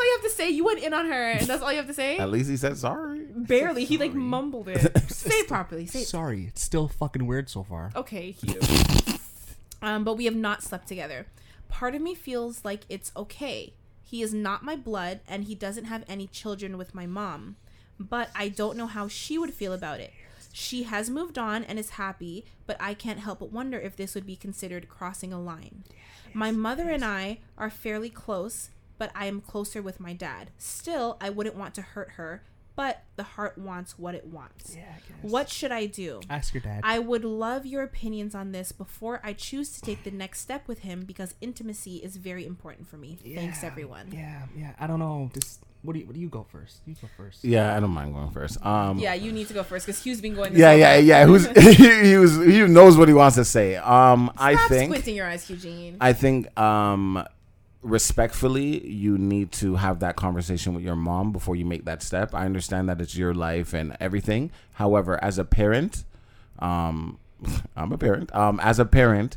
S1: all you have to say. You went in on her, and that's all you have to say?
S3: At least he said sorry.
S1: Barely. He like mumbled it. say it properly. Say it.
S2: Sorry, it's still fucking weird so far.
S1: Okay, Hugh. um, but we have not slept together. Part of me feels like it's okay. He is not my blood, and he doesn't have any children with my mom. But I don't know how she would feel about it. She has moved on and is happy, but I can't help but wonder if this would be considered crossing a line. My mother and I are fairly close, but I am closer with my dad. Still, I wouldn't want to hurt her, but the heart wants what it wants. What should I do?
S2: Ask your dad.
S1: I would love your opinions on this before I choose to take the next step with him because intimacy is very important for me. Thanks,
S2: Yeah,
S1: everyone.
S2: Yeah, yeah. I don't know. Just what do you? What do you go first? You go first.
S3: Yeah, I don't mind going first. Um,
S1: Yeah, you need to go first because Hugh's been going. This
S3: yeah, yeah, yeah. Who's he, he was he knows what he wants to say. Um, I
S1: Stop
S3: think
S1: squinting your eyes, Eugene.
S3: I think um respectfully you need to have that conversation with your mom before you make that step. I understand that it's your life and everything. However, as a parent, um I'm a parent. Um as a parent,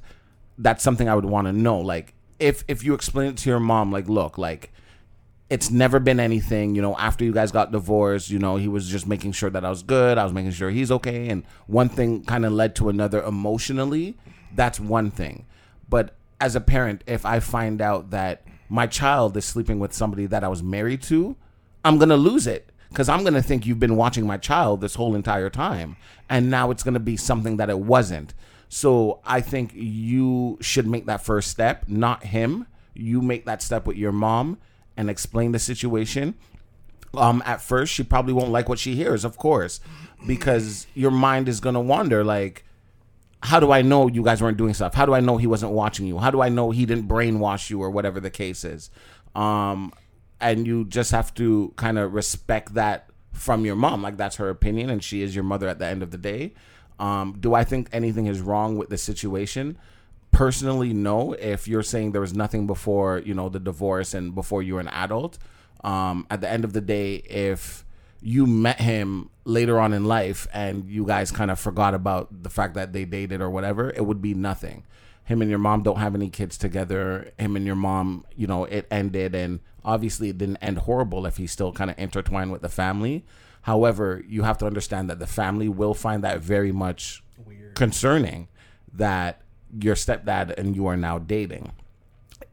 S3: that's something I would want to know. Like if if you explain it to your mom like, look, like it's never been anything, you know, after you guys got divorced, you know, he was just making sure that I was good, I was making sure he's okay and one thing kind of led to another emotionally. That's one thing. But as a parent, if I find out that my child is sleeping with somebody that I was married to, I'm going to lose it because I'm going to think you've been watching my child this whole entire time. And now it's going to be something that it wasn't. So I think you should make that first step, not him. You make that step with your mom and explain the situation um at first she probably won't like what she hears of course because your mind is going to wander like how do i know you guys weren't doing stuff how do i know he wasn't watching you how do i know he didn't brainwash you or whatever the case is um and you just have to kind of respect that from your mom like that's her opinion and she is your mother at the end of the day um do i think anything is wrong with the situation personally no if you're saying there was nothing before you know the divorce and before you were an adult um at the end of the day if you met him later on in life and you guys kind of forgot about the fact that they dated or whatever it would be nothing him and your mom don't have any kids together him and your mom you know it ended and obviously it didn't end horrible if he's still kind of intertwined with the family however you have to understand that the family will find that very much concerning that your stepdad and you are now dating.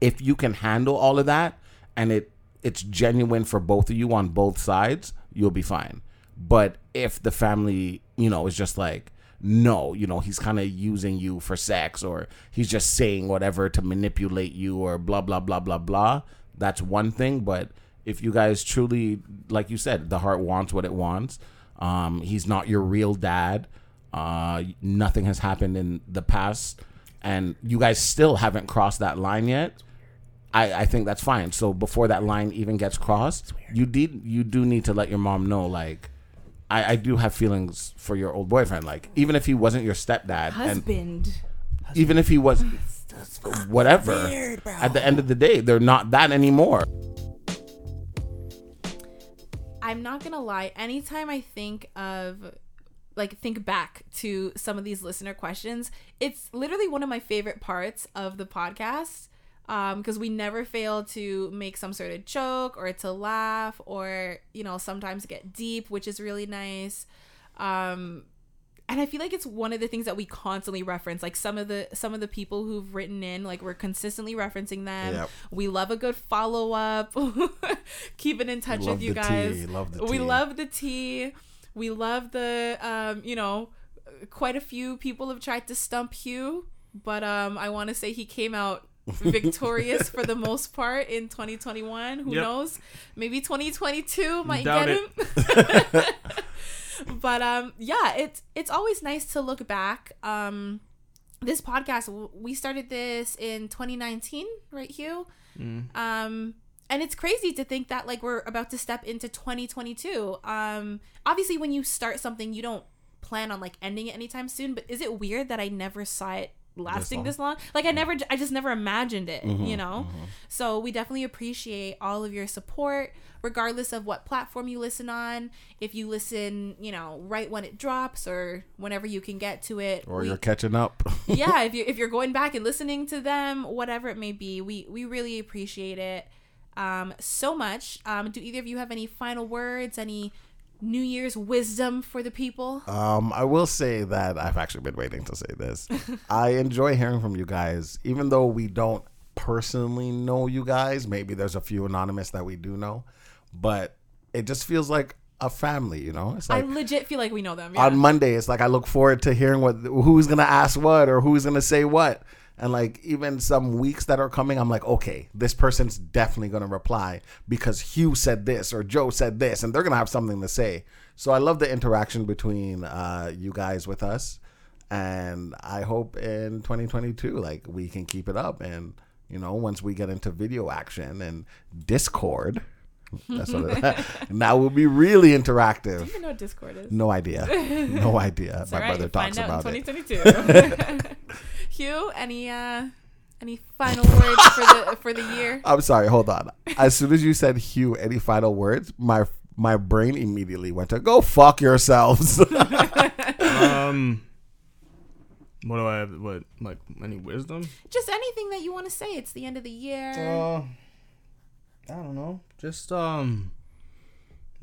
S3: If you can handle all of that and it it's genuine for both of you on both sides, you'll be fine. But if the family, you know, is just like no, you know, he's kind of using you for sex or he's just saying whatever to manipulate you or blah blah blah blah blah, that's one thing, but if you guys truly like you said, the heart wants what it wants. Um, he's not your real dad. Uh, nothing has happened in the past, and you guys still haven't crossed that line yet. I, I think that's fine. So before that line even gets crossed, you did you do need to let your mom know. Like, I, I do have feelings for your old boyfriend. Like, even if he wasn't your stepdad,
S1: Husband.
S3: and even if he was whatever, at the end of the day, they're not that anymore.
S1: I'm not gonna lie. Anytime I think of like think back to some of these listener questions. It's literally one of my favorite parts of the podcast because we never fail to make some sort of joke or to laugh or you know sometimes get deep, which is really nice. Um, and I feel like it's one of the things that we constantly reference. Like some of the some of the people who've written in, like we're consistently referencing them.
S3: Yep.
S1: We love a good follow up. Keeping in touch
S3: Love
S1: with you
S3: the
S1: guys.
S3: tea, love the
S1: we
S3: tea.
S1: love the tea. We love the um, you know, quite a few people have tried to stump Hugh, but um I want to say he came out victorious for the most part in 2021. Who
S2: Yep.
S1: knows? Maybe 2022 might
S2: Doubt
S1: get
S2: it.
S1: him but um yeah it's it's always nice to look back um this podcast w- we started this in 2019 right hugh um and it's crazy to think that like we're about to step into 2022 um obviously when you start something you don't plan on like ending it anytime soon but is it weird that i never saw it lasting
S3: long.
S1: this long, Mm. Mm-hmm, like i never i just never imagined it you know so we definitely appreciate all of your support, regardless of what platform you listen on. If you listen, you know, right when it drops or whenever you can get to it,
S3: or
S1: we-
S3: you're catching up.
S1: yeah, if you if you're going back and listening to them, whatever it may be, we we really appreciate it um, so much. Um, do either of you have any final words? Any New Year's wisdom for the people?
S3: Um, I will say that I've actually been waiting to say this. I enjoy hearing from you guys, even though we don't personally know you guys. Maybe there's a few anonymous that we do know, but it just feels like a family, you know? It's
S1: I
S3: like
S1: legit feel like we know them. Yeah.
S3: on Monday, it's like I look forward to hearing what who's gonna ask what or who's gonna say what. And like even some weeks that are coming, I'm like, okay, this person's definitely gonna reply because Hugh said this or Joe said this, and they're gonna have something to say. So I love the interaction between uh, you guys with us, and I hope in 2022 like we can keep it up. And you know, once we get into video action and Discord, that's what it, now we'll be really interactive.
S1: I know what Discord is.
S3: No idea. No idea. My
S1: All right,
S3: brother
S1: you'll
S3: talks
S1: find
S3: about
S1: out in
S3: it.
S1: 2022. Hugh, any uh, any final words for the for the year?
S3: I'm sorry. Hold on. As soon as you said Hugh, any final words? My my brain immediately went to go fuck yourselves.
S2: Um, what do I have? What like any wisdom?
S1: Just anything that you want to say. It's the end of the year.
S2: Uh, I don't know. Just um,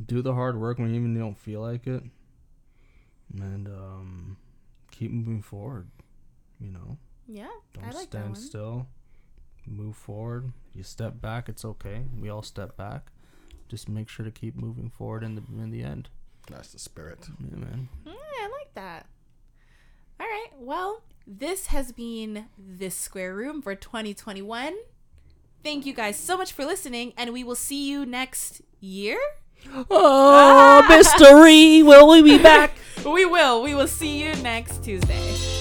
S2: do the hard work when you even don't feel like it, and um, keep moving forward. You know,
S1: Yeah,
S2: don't
S1: I like that
S2: stand
S1: one.
S2: still. Move forward. You step back, it's okay. We all step back. Just make sure to keep moving forward in the in the end.
S3: That's the spirit.
S2: Yeah, man.
S1: Mm, I like that. All right. Well, this has been this square room for 2021. Thank you guys so much for listening, and we will see you next year. Ah!
S14: Oh, mystery. Will we be back?
S1: We will. We will see you next Tuesday.